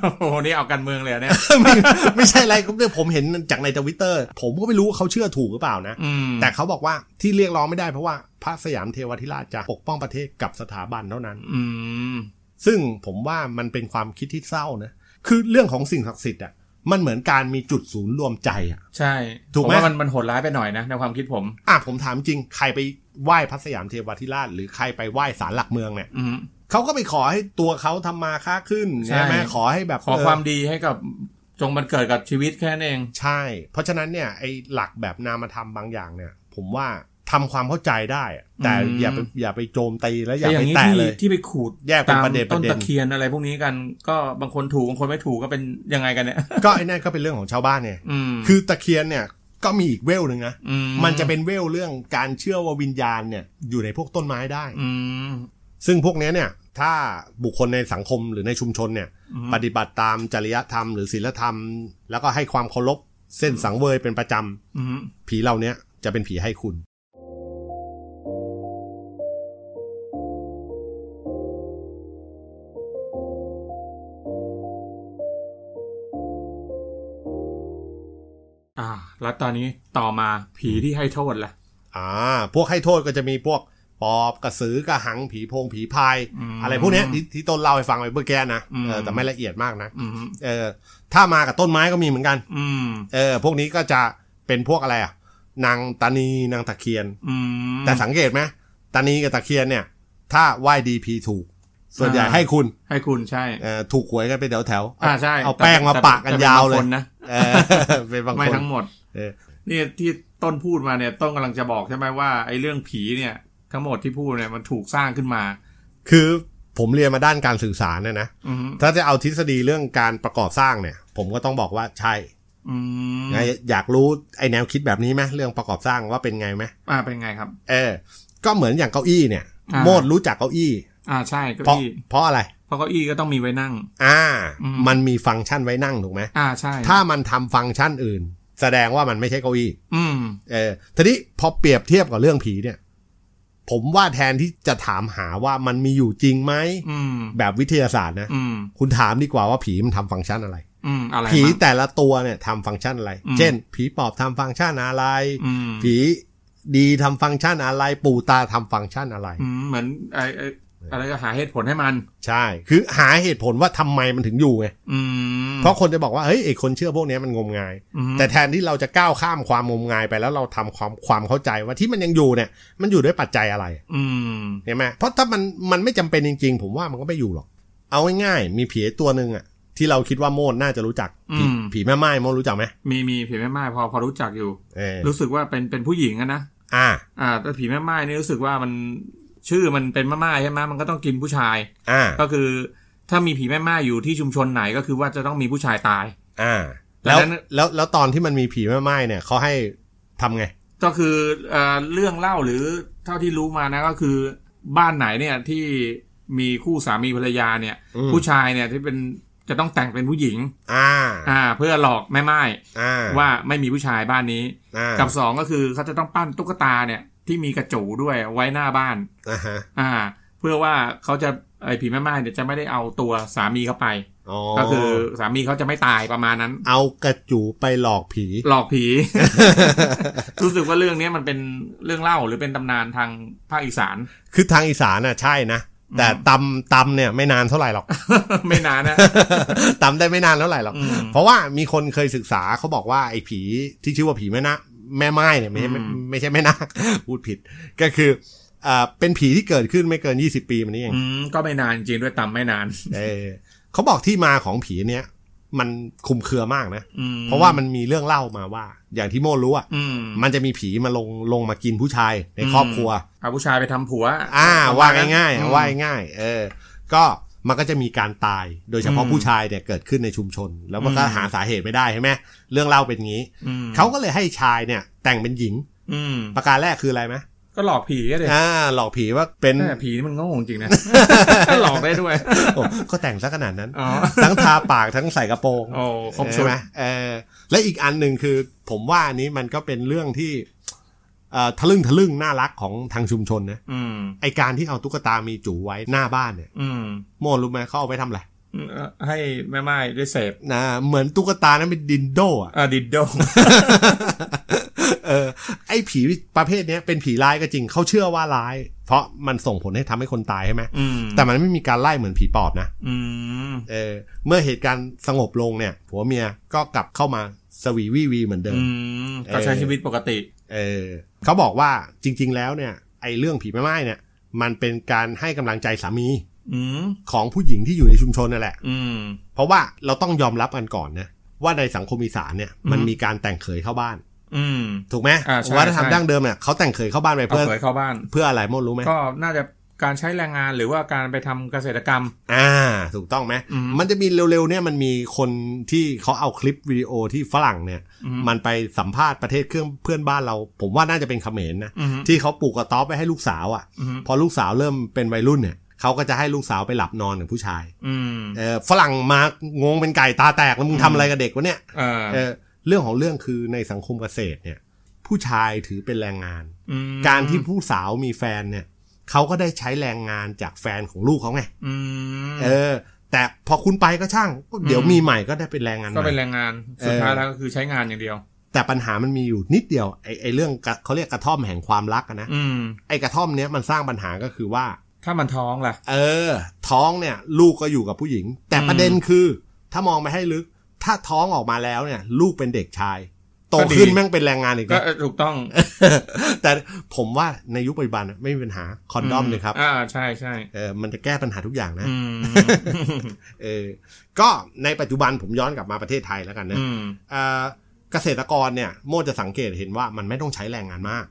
Speaker 2: โอ้โหนี่เอาการเมืองเลยอะเนี่ย
Speaker 1: ไม่ไม่ใช่อะไรผมผมเห็นจากในทวิตเตอร์ผมก็ไม่รู้ว่าเขาเชื่อถูกหรือเปล่านะ
Speaker 2: อืม
Speaker 1: แต่เขาบอกว่าที่เรียกร้องไม่ได้เพราะว่าพระสยามเทวทิราชจะปกป้องประเทศกับสถาบันเท่านั้น
Speaker 2: อืม
Speaker 1: ซึ่งผมว่ามันเป็นความคิดที่เศร้านะ คือเรื่องของสิ่งศักดิ์สิทธิ์อ่ะมันเหมือนการมีจุดศูนย์รวมใจอ่ะ
Speaker 2: ใช่
Speaker 1: ถูกไหม
Speaker 2: ผว่ามันมันโหดร้ายไปหน่อยนะ ในความคิดผม
Speaker 1: อ่ะผมถามจริงใครไปไหว้พระสยามเทวทิราช หรือใครไปไหว้ศาลหลักเมืองเนี่ย
Speaker 2: อืม
Speaker 1: เขาก็ไปขอให้ตัวเขาทำมาค้าขึ้น
Speaker 2: ใช่
Speaker 1: ใช่ไหมขอให้แบบ
Speaker 2: ขอ
Speaker 1: เ
Speaker 2: ความดีให้กับจงบันเกิดกับชีวิตแค่นั้นเอง
Speaker 1: ใช่ เพราะฉะนั้นเนี่ยไอ้หลักแบบนามธรรมบางอย่างเนี่ย ผมว่าทำความเข้าใจได้อะแต่
Speaker 2: อืม
Speaker 1: อย่าไปอย่าไปโจมตีและอย่า
Speaker 2: แต่อ
Speaker 1: ไป
Speaker 2: ย่างนี้
Speaker 1: แตะ
Speaker 2: ที่
Speaker 1: เลย
Speaker 2: ที่ไปขูด
Speaker 1: แยกเป็น
Speaker 2: ตาม
Speaker 1: ประเด็นป
Speaker 2: ต้
Speaker 1: ระ
Speaker 2: น
Speaker 1: เด็น
Speaker 2: ตะเคียนอะไรพวกนี้กัน ก็บางคนถูกบางคนไม่ถูกก็เป็นยังไงกันเนี่ย
Speaker 1: ก็ไอ้นั่นก็เป็นเรื่องของชาวบ้านเนี่ย
Speaker 2: อืม
Speaker 1: คือตะเคียนเนี่ยก็มีอีกเวลหนึ่งนะ
Speaker 2: ม
Speaker 1: มันจะเป็นเวลเรื่องการเชื่อว่าวิญญาณเนี่ยอยู่ในพวกต้นไม้ได้
Speaker 2: อืม
Speaker 1: ซึ่งพวกเนี้ยเนี่ยถ้าบุคคลในสังคมหรือในชุมชนเนี่ย
Speaker 2: อืม
Speaker 1: ปฏิบัติตามจริยธรรมหรือศีลธรรม แล้วก็ให้ความเคารพเส้นสังเวยเป็นประจ
Speaker 2: อืม
Speaker 1: ำผีเหล่าเนี้ยจะเป็นผีให้คุณ
Speaker 2: อ่า แล้วตอนนี้ต่อมาผีที่ให้โทษล่ะ
Speaker 1: อ่า พวกให้โทษก็จะมีพวกปอบกระสือกระหังผีโพงผีพาย
Speaker 2: อืม
Speaker 1: อะไรพวกเนี้ยที่ที่ต้นเล่าให้ฟังไปเมื่อกี้นะ
Speaker 2: อืม
Speaker 1: เออแต่ไม่ละเอียดมากนะ
Speaker 2: อืม
Speaker 1: เออถ้ามากับต้นไม้ก็มีเหมือนกัน
Speaker 2: อืม
Speaker 1: เออพวกนี้ก็จะเป็นพวกอะไรอ่ะนางตานีนางตะเคียน
Speaker 2: อืม
Speaker 1: แต่สังเกตไหมตานีกับตะเคียนเนี่ย ถ้าไหว้ดีพีถูก ส่วนใหญ่
Speaker 2: อ่า
Speaker 1: ให้คุณ
Speaker 2: ให้คุณใช่
Speaker 1: เออถูกหวยกันไปแถวแถวๆ
Speaker 2: อ่าใช่
Speaker 1: เอาแป้งมาปะกันยาวเลย
Speaker 2: แต่ป็นบงคนนะ
Speaker 1: เออเป็นบาง
Speaker 2: ไม่
Speaker 1: คน
Speaker 2: ทั้งหมด
Speaker 1: เอ อ
Speaker 2: เนี่ยที่ต้นพูดมาเนี่ยต้นกำลังจะบอกใช่ไหมว่าไอ้เรื่องผีเนี่ย ทั้งหมดที่พูดเนี่ยมันถูกสร้างขึ้นมา
Speaker 1: คือผมเรียนมาด้านการสื่อสารเนี่ยนะ
Speaker 2: อืม
Speaker 1: ถ้าจะเอาทฤษฎีเรื่องการประกอบสร้างเนี่ย ผมก็ต้องบอกว่าใช่
Speaker 2: อืม
Speaker 1: ไงอยากรู้ไอแนวคิดแบบนี้ไหมเรื่องประกอบสร้างว่าเป็นไงไหม
Speaker 2: อ่าเป็นไงครับ
Speaker 1: เออ ก็เหมือนอย่างเก้าอี้เนี่ย
Speaker 2: อ่า
Speaker 1: โมดรู้จักเก้าอี้
Speaker 2: อ่าใช่
Speaker 1: เพ
Speaker 2: เก้า
Speaker 1: ราะ
Speaker 2: อี้
Speaker 1: เพราะอะไร
Speaker 2: เพราะเก้าอี้ก็ต้องมีไว้นั่ง
Speaker 1: อ่า
Speaker 2: อืม
Speaker 1: มันมีฟังก์ชันไว้นั่งถูกไหม
Speaker 2: อ่าใช่
Speaker 1: ถ้ามันทำฟังก์ชันอื่น แสดงว่ามันไม่ใช่เก้าอี้
Speaker 2: อืม
Speaker 1: เออทีนี้พอเปรียบเทียบกับเรื่องผีเนี่ย ผมว่าแทนที่จะถามหาว่ามันมีอยู่จริงไหม
Speaker 2: อืม
Speaker 1: แบบวิทยาศาสตร์นะ
Speaker 2: อืม
Speaker 1: คุณถามดีกว่าว่าผีมันทำฟังก์ชันอะไร
Speaker 2: อืมอะไร
Speaker 1: ผี
Speaker 2: บ้าง
Speaker 1: แต่ละตัวเนี่ยทำฟังก์ชันอะไร
Speaker 2: อืม
Speaker 1: เช่น ผีปอบทำฟังก์ชันอะไร
Speaker 2: อืม
Speaker 1: ผีดีทำฟังก์ชันอะไร ปู่ตาทำฟังก์ชันอะไร
Speaker 2: อืมเหมือนไอ้ไอ้อะไรก็หาเหตุผลให้มัน
Speaker 1: ใช่ คือหาเหตุผลว่าทำไมมันถึงอยู่ไง
Speaker 2: อืม
Speaker 1: เพราะคนจะบอกว่า เฮ้ยไอคนเชื่อพวกเนี้ยมันงมงาย
Speaker 2: อืม
Speaker 1: แต่แทนที่เราจะก้าวข้ามความงมงายไปแล้วเราทำความความเข้าใจว่าที่มันยังอยู่เนี่ย มันอยู่ด้วยปัจจัยอะไร
Speaker 2: อืม
Speaker 1: เห็นไหมเพราะถ้ามันมันไม่จำเป็นจริง ๆ ผมว่ามันก็ไม่อยู่หรอก เอาง่ายๆมีผีตัวหนึ่งอะที่เราคิดว่าโมดน่าจะรู้จักผี
Speaker 2: อืม
Speaker 1: ผีแม่ไม้โมดรู้จักไหม
Speaker 2: มีมีผีแม่ไม้พอพอรู้จักอยู่
Speaker 1: เออ
Speaker 2: รู้สึกว่าเป็นเป็นผู้หญิงอะนะ
Speaker 1: อ่า
Speaker 2: อ่าแต่ผีแม่ไม้นี่รู้สึกว่ามันชื่อมันเป็นแม่ไม้ใช่ไหมมันก็ต้องกินผู้ชาย
Speaker 1: อ่า
Speaker 2: ก็คือถ้ามีผีแม่ไม้อยู่ที่ชุมชนไหนก็คือว่าจะต้องมีผู้ชายตาย
Speaker 1: อ่า
Speaker 2: แล้
Speaker 1: แล้ว
Speaker 2: ว
Speaker 1: แล้วแล้วตอนที่มันมีผีแม่ไม้เนี่ยเขาให้ทำไง
Speaker 2: ก็คือเอ่อเรื่องเล่าหรือเท่าที่รู้มานะก็คือบ้านไหนเนี่ยที่มีคู่สามีภรรยาเนี่ย
Speaker 1: อืม
Speaker 2: ผู้ชายเนี่ยที่เป็นจะต้องแต่งเป็นผู้หญิง
Speaker 1: อ่า
Speaker 2: อ่า เพื่อหลอกแม่ไม้
Speaker 1: อ่า
Speaker 2: ว่าไม่มีผู้ชายบ้านนี้
Speaker 1: อ่า
Speaker 2: กับสองก็คือเขาจะต้องปั้นตุ๊กตาเนี่ยที่มีกระจูด้วยไว้หน้าบ้าน
Speaker 1: อ่าฮะ
Speaker 2: อ่า เพื่อว่าเขาจะไอผีแม่ไม้เนี่ยจะไม่ได้เอาตัวสามีเข้าไป
Speaker 1: อ๋อ
Speaker 2: ก็คือสามีเขาจะไม่ตายประมาณ นั้น
Speaker 1: เอากระจูไปหลอกผี
Speaker 2: หลอกผี รู้สึกว่าเรื่องนี้มันเป็นเรื่องเล่าหรือเป็นตำนานทางภาคอีสาน
Speaker 1: คือทางอีสานน่ะใช่นะ แต่ตำตำเนี่ยไม่นานเท่าไหร่หร อก
Speaker 2: ไม่นาน นะ
Speaker 1: ตำได้ไม่นานเท่าไหร่หรอก
Speaker 2: อืม
Speaker 1: เพราะว่ามีคนเคยศึกษาเขาบอกว่าไอ้ผีที่ชื่อว่าผีแม่นาคแม่ไม้เนี่ยไม่ใช่
Speaker 2: อืม
Speaker 1: ไม่ใช่แม่นาค พูดผิด ก็คืออ่าเป็นผีที่เกิดขึ้นไม่เกิน 20 ปีมานี้เอง
Speaker 2: อืมก็ไม่นานจริงด้วยตำไม่นาน
Speaker 1: เออเขาบอกที่มาของผีเนี้ยมันคลุมเครือมากนะ
Speaker 2: อืม
Speaker 1: เพราะว่ามันมีเรื่องเล่ามาว่า อย่างที่โมรู้อ่ะ
Speaker 2: อืม
Speaker 1: มันจะมีผีมาลงลงมากินผู้ชายในครอบครัว
Speaker 2: เอาผู้ชายไปทำผัว
Speaker 1: อ่า
Speaker 2: ประม
Speaker 1: ว่า
Speaker 2: ณนั้น
Speaker 1: ง่าย
Speaker 2: อืม
Speaker 1: ๆว่าง่ายๆเออ ก็มันก็จะมีการตาย โดยเฉพาะ
Speaker 2: อืม
Speaker 1: ผู้ชายเนี่ยเกิดขึ้นในชุมชน แล้วมันก็
Speaker 2: อืม
Speaker 1: หาสาเหตุไม่ได้ใช่ไหมเรื่องเล่าเป็นงี้
Speaker 2: อืม
Speaker 1: เขาก็เลยให้ชายเนี่ยแต่งเป็นหญิง
Speaker 2: อืม
Speaker 1: ประการแรกคืออะไรไหม
Speaker 2: ก็หลอกผีก็เลย
Speaker 1: อ่าหลอกผีว่าเป็น
Speaker 2: แต่ผีนี่มันโง่จริง นะ หลอกได้ด้วย
Speaker 1: โอ้ก็แต่งซะขนาดนั้น
Speaker 2: อ๋อ
Speaker 1: ทั้งทาปากทั้งใส่กระโปรง
Speaker 2: โอ้ครบชุ
Speaker 1: ใช่
Speaker 2: ด
Speaker 1: ไหมเออและอีกอันหนึ่งคือ ผมว่าอันนี้มันก็เป็นเรื่องที่เอ่อทะลึ่งทะลึ่งน่ารักของทางชุมชนนะ
Speaker 2: อืม
Speaker 1: ไอการที่เอาตุ๊กตามีจูไว้หน้าบ้านเนี่ย
Speaker 2: อืม
Speaker 1: โมรู้ไหมเขาเอาไปทำอะไร
Speaker 2: เอ่อให้แม่ไม้ได้เสพ
Speaker 1: นะเหมือนตุ๊กตานั้นเป็นดินโดอ่ะ
Speaker 2: อ่าดิดโด
Speaker 1: เออไอ้ผีประเภทเนี้ยเป็นผีร้ายก็จริงเขาเชื่อว่าร้าย เพราะมันส่งผลให้ทำให้คนตายใช่ไหม
Speaker 2: อืม
Speaker 1: แต่มันไม่มีการไล่เหมือนผีปอบนะ
Speaker 2: อืม
Speaker 1: เออเมื่อเหตุการณ์สงบลงเนี่ยผัวเมียก็กลับเข้ามาสวีวีวีเหมือนเดิม
Speaker 2: อืมก็ใช้
Speaker 1: เอ่อ
Speaker 2: ชีวิตปกติ
Speaker 1: เออเขาบอกว่าจริง ๆ แล้วเนี่ยไอ้เรื่องผีแม่ไม้เนี่ย มันเป็นการให้กำลังใจสามี
Speaker 2: อืม
Speaker 1: ของผู้หญิงที่อยู่ในชุมชนนั่นแหละ
Speaker 2: อืม
Speaker 1: เพราะว่าเราต้องยอมรับกันก่อนนะว่าในสังคมอีสานเนี่ยมัน
Speaker 2: อืม
Speaker 1: มีการแต่งเขยเข้าบ้าน
Speaker 2: อืม
Speaker 1: ถูกไหม
Speaker 2: อ่าใช่
Speaker 1: วัฒนธรรม
Speaker 2: ใช่
Speaker 1: ดั้งเดิมเนี่ยเขาแต่งเขยเข้าบ้านไป
Speaker 2: เอา
Speaker 1: เพื่อ
Speaker 2: เผยเข้าบ้าน
Speaker 1: เพื่ออะไรโมดรู้ไหม
Speaker 2: ก็น่าจะการใช้แรงงานหรือว่าการไปทำเกษตรกรรม
Speaker 1: อ่า ถูกต้องไหม
Speaker 2: อืม
Speaker 1: มันจะมีเร็วๆเนี่ยมันมีคนที่เขาเอาคลิปวิดีโอที่ฝรั่งเนี่ย
Speaker 2: อื
Speaker 1: มันไปสัมภาษณ์ประเทศเครื่องเพื่อนบ้านเรา ผมว่าน่าจะเป็นเขมรนะ
Speaker 2: อืม
Speaker 1: ที่เขาปลูกกระต๊อบไว้ให้ลูกสาวอะ่ะ
Speaker 2: อืม
Speaker 1: พอลูกสาวเริ่มเป็นวัยรุ่นเนี่ยเขาก็จะให้ลูกสาวไปหลับนอนกับผู้ชาย
Speaker 2: อืม
Speaker 1: เออฝรั่งมางงเป็นไก่ตาแตกแล้วมึงทำอะไรกับเด็กวะเนี่ย
Speaker 2: เออ
Speaker 1: เออเรื่องของเรื่องคือในสังคมเกษตรเนี่ย ผู้ชายถือเป็นแรงงาน
Speaker 2: ม
Speaker 1: การที่ผู้สาวมีแฟนเนี่ยเขาก็ได้ใช้แรงงานจากแฟนของลูกเขาไง
Speaker 2: อืม
Speaker 1: เออ แต่พอคุณไปก็ช่าง เดี๋ยว
Speaker 2: อืม
Speaker 1: มีใหม่ก็ได้เป็นแรงงานให
Speaker 2: ก็
Speaker 1: ม่
Speaker 2: เป็นแรงงาน
Speaker 1: เออ
Speaker 2: สุดท้ายแล้วก็คือใช้งานอย่างเดียว
Speaker 1: แต่ปัญหามันมีอยู่นิดเดียวไอ้ไอ้เรื่องกระเขาเรียกกระท่อมแห่งความรักอะนะ
Speaker 2: อืม
Speaker 1: ไอ้กระท่อมเนี้ยมันสร้างปัญหาก็คือว่า
Speaker 2: ถ้ามันท้องล่ะ
Speaker 1: เออ ท้องเนี่ย ลูกก็อยู่กับผู้หญิง แต่
Speaker 2: อืม
Speaker 1: ประเด็นคือ ถ้ามองไปให้ลึก ถ้าท้องออกมาแล้วเนี่ย ลูกเป็นเด็กชายโตขึ้นแม่งเป็นแรงงานอีก
Speaker 2: ก็
Speaker 1: นะ
Speaker 2: เออถูกต้อง
Speaker 1: แต่ผมว่าในยุคปัจจุบันอะไม่มีปัญหาคอนดอมเลยครับ
Speaker 2: อ่าใช่ใช่
Speaker 1: เออมันจะแก้ปัญหาทุกอย่างนะ
Speaker 2: อืม
Speaker 1: เออก็ในปัจจุบันผมย้อนกลับ มาประเทศไทยแล้วกันนะ
Speaker 2: อืม
Speaker 1: เอ่อเกษตรกรเนี่ยโมจะสังเกตเห็นว่ามันไม่ต้องใช้แรงงานมาก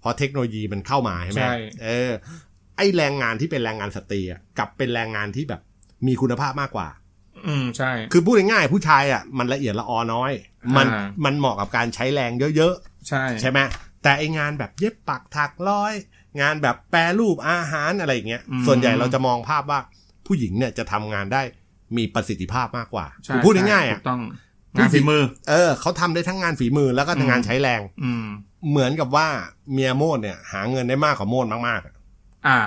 Speaker 1: เพราะเทคโนโลยีมันเข้ามาใช่ไหมเออไอแรงงานที่เป็นแรงงานสตรีอะกลับเป็นแรงงานที่แบบมีคุณภาพมากกว่า
Speaker 2: อืมใช่
Speaker 1: คือพูดง่ายๆผู้ชายอ่ะมันละเอียดละออน้อย มัน
Speaker 2: อ่า
Speaker 1: มันเหมาะกับการใช้แรงเยอะ
Speaker 2: ใช่
Speaker 1: ๆ ใช่ไหมแต่ไองานแบบเย็บปักถักร้อย งานแบบแปรรูปอาหารอะไรอย่างเงี้ยส่วนใหญ่เราจะมองภาพว่าผู้หญิงเนี่ยจะทำงานได้มีประสิทธิภาพมากกว่า
Speaker 2: ใช่
Speaker 1: คือพูดง่ายๆ
Speaker 2: ใช่
Speaker 1: อ่ะ
Speaker 2: ถูกต้อง
Speaker 1: ผู้
Speaker 2: งา
Speaker 1: ห
Speaker 2: น
Speaker 1: ญิ
Speaker 2: ฝี
Speaker 1: ง
Speaker 2: มือ
Speaker 1: เออเขาทำได้ทั้งงานฝีมือแล้วก็
Speaker 2: อืม
Speaker 1: งานใช้แรง
Speaker 2: อืม
Speaker 1: เหมือนกับว่าเมียโมดเนี่ย หาเงินได้มากกว่าโมดมากๆอะ
Speaker 2: อ่า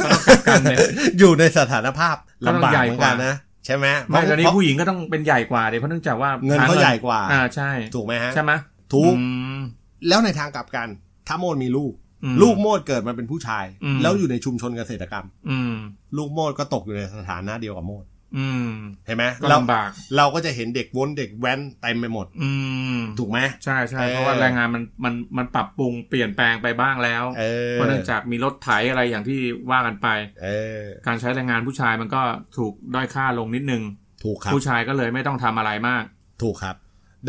Speaker 2: ก็ต้องกัดกันเลย
Speaker 1: อยู่ในสถานภาพ
Speaker 2: ก็ต้อง
Speaker 1: ลำบาก
Speaker 2: ใหญ่
Speaker 1: เหมือน
Speaker 2: กว่า
Speaker 1: กันนะใช่ไหม
Speaker 2: ไม่
Speaker 1: เพ
Speaker 2: ตอ
Speaker 1: ราะ
Speaker 2: นนี้
Speaker 1: เพราะ
Speaker 2: ผู้หญิงก็ต้องเป็นใหญ่กว่าเดี๋ยวเพราะเนื่องจากว่า
Speaker 1: เงินเขาใหญ่กว่า
Speaker 2: อ่าใช่
Speaker 1: ถูกไหมฮะ
Speaker 2: ใช่ไหม
Speaker 1: ถูก
Speaker 2: อืม
Speaker 1: แล้วในทางกลับกัน ถ้าโมดมีลูก
Speaker 2: อืม
Speaker 1: ลูกโมดเกิดมาเป็นผู้ชาย
Speaker 2: อืม
Speaker 1: แล้วอยู่ในชุมชนเกษตรกรรม
Speaker 2: อืม
Speaker 1: ลูกโมดก็ตกอยู่ในสถานะเดียวกับโมด
Speaker 2: อืม
Speaker 1: เห็นไหม
Speaker 2: ก็
Speaker 1: เรา
Speaker 2: ลำบาก
Speaker 1: เราก็จะเห็นเด็กวนเด็กแว้นเต็มไปหมด
Speaker 2: อืม
Speaker 1: ถูกไหม
Speaker 2: ใช่ใช่
Speaker 1: เออ
Speaker 2: เพราะว่าแรงงานมันมันมันปรับปรุงเปลี่ยนแปลงไปบ้างแล้ว
Speaker 1: เออ
Speaker 2: เพราะเนื่องจากมีรถไถอะไรอย่างที่ว่ากันไป
Speaker 1: เออ
Speaker 2: การใช้แรงงานผู้ชายมันก็ถูกด้อยค่าลงนิดนึง
Speaker 1: ถูกครับ
Speaker 2: ผู้ชายก็เลยไม่ต้องทำอะไรมาก
Speaker 1: ถูกครับ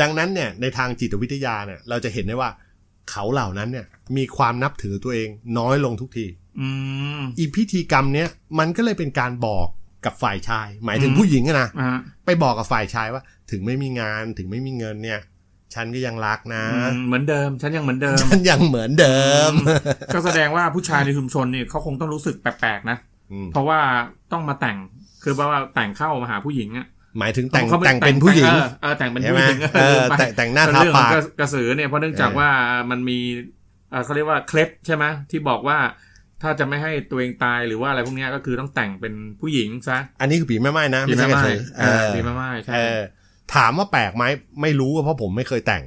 Speaker 1: ดังนั้นเนี่ยในทางจิตวิทยาเนี่ยเราจะเห็นได้ว่าเขาเหล่านั้นเนี่ยมีความนับถือตัวเองน้อยลงทุกที
Speaker 2: อืม
Speaker 1: อีพิธีกรรมเนี่ยมันก็เลยเป็นการบอกกับฝ่ายชาย หมายถึง
Speaker 2: อืม
Speaker 1: ผู้หญิงอะนะ
Speaker 2: อ่ะ
Speaker 1: ไปบอกกับฝ่ายชายว่า ถึงไม่มีงานถึงไม่มีเงินเนี่ย ฉันก็ยังรักนะ
Speaker 2: อืมเหมือนเดิม ฉันยังเหมือนเดิม
Speaker 1: ฉันยังเหมือนเดิม
Speaker 2: ก็แสดงว่าผู้ชายในชุมชนเนี่ยเขาคงต้องรู้สึกแปลกๆนะ
Speaker 1: อืม
Speaker 2: เพราะว่าต้องมาแต่ง คือแปลว่าแต่งเข้ามาหาผู้หญิงอะ
Speaker 1: หมายถึงแต่ง
Speaker 2: ขาไม่
Speaker 1: แต่งเป็นผู้หญิง
Speaker 2: เออเออแต่งเป็น
Speaker 1: ใช่
Speaker 2: ผู้
Speaker 1: ไหม
Speaker 2: หญิง
Speaker 1: เออ
Speaker 2: ไป
Speaker 1: แต่งแต่งหน้าทา
Speaker 2: เรื่องของ
Speaker 1: ปาก
Speaker 2: กระกระสือเนี่ยเพราะเนื่องจาก
Speaker 1: เออ
Speaker 2: ว่ามันมีเอ่อเขาเรียกว่าเคล็ดใช่ไหมที่บอกว่าถ้าจะไม่ให้ตัวเองตายหรือว่าอะไรพวกเนี้ยก็คือต้องแต่งเป็นผู้หญิงซะ
Speaker 1: อันนี้คือผีแม่ไม้นะ
Speaker 2: ปี
Speaker 1: ไม่
Speaker 2: แม่
Speaker 1: ใช่กระ
Speaker 2: ไม้
Speaker 1: สือเอ
Speaker 2: อ่า
Speaker 1: อ
Speaker 2: ปีแม่ไม้ใช่
Speaker 1: เออถามว่าแปลกไหมไม่รู้อะเพราะผมไม่เคย แต่ง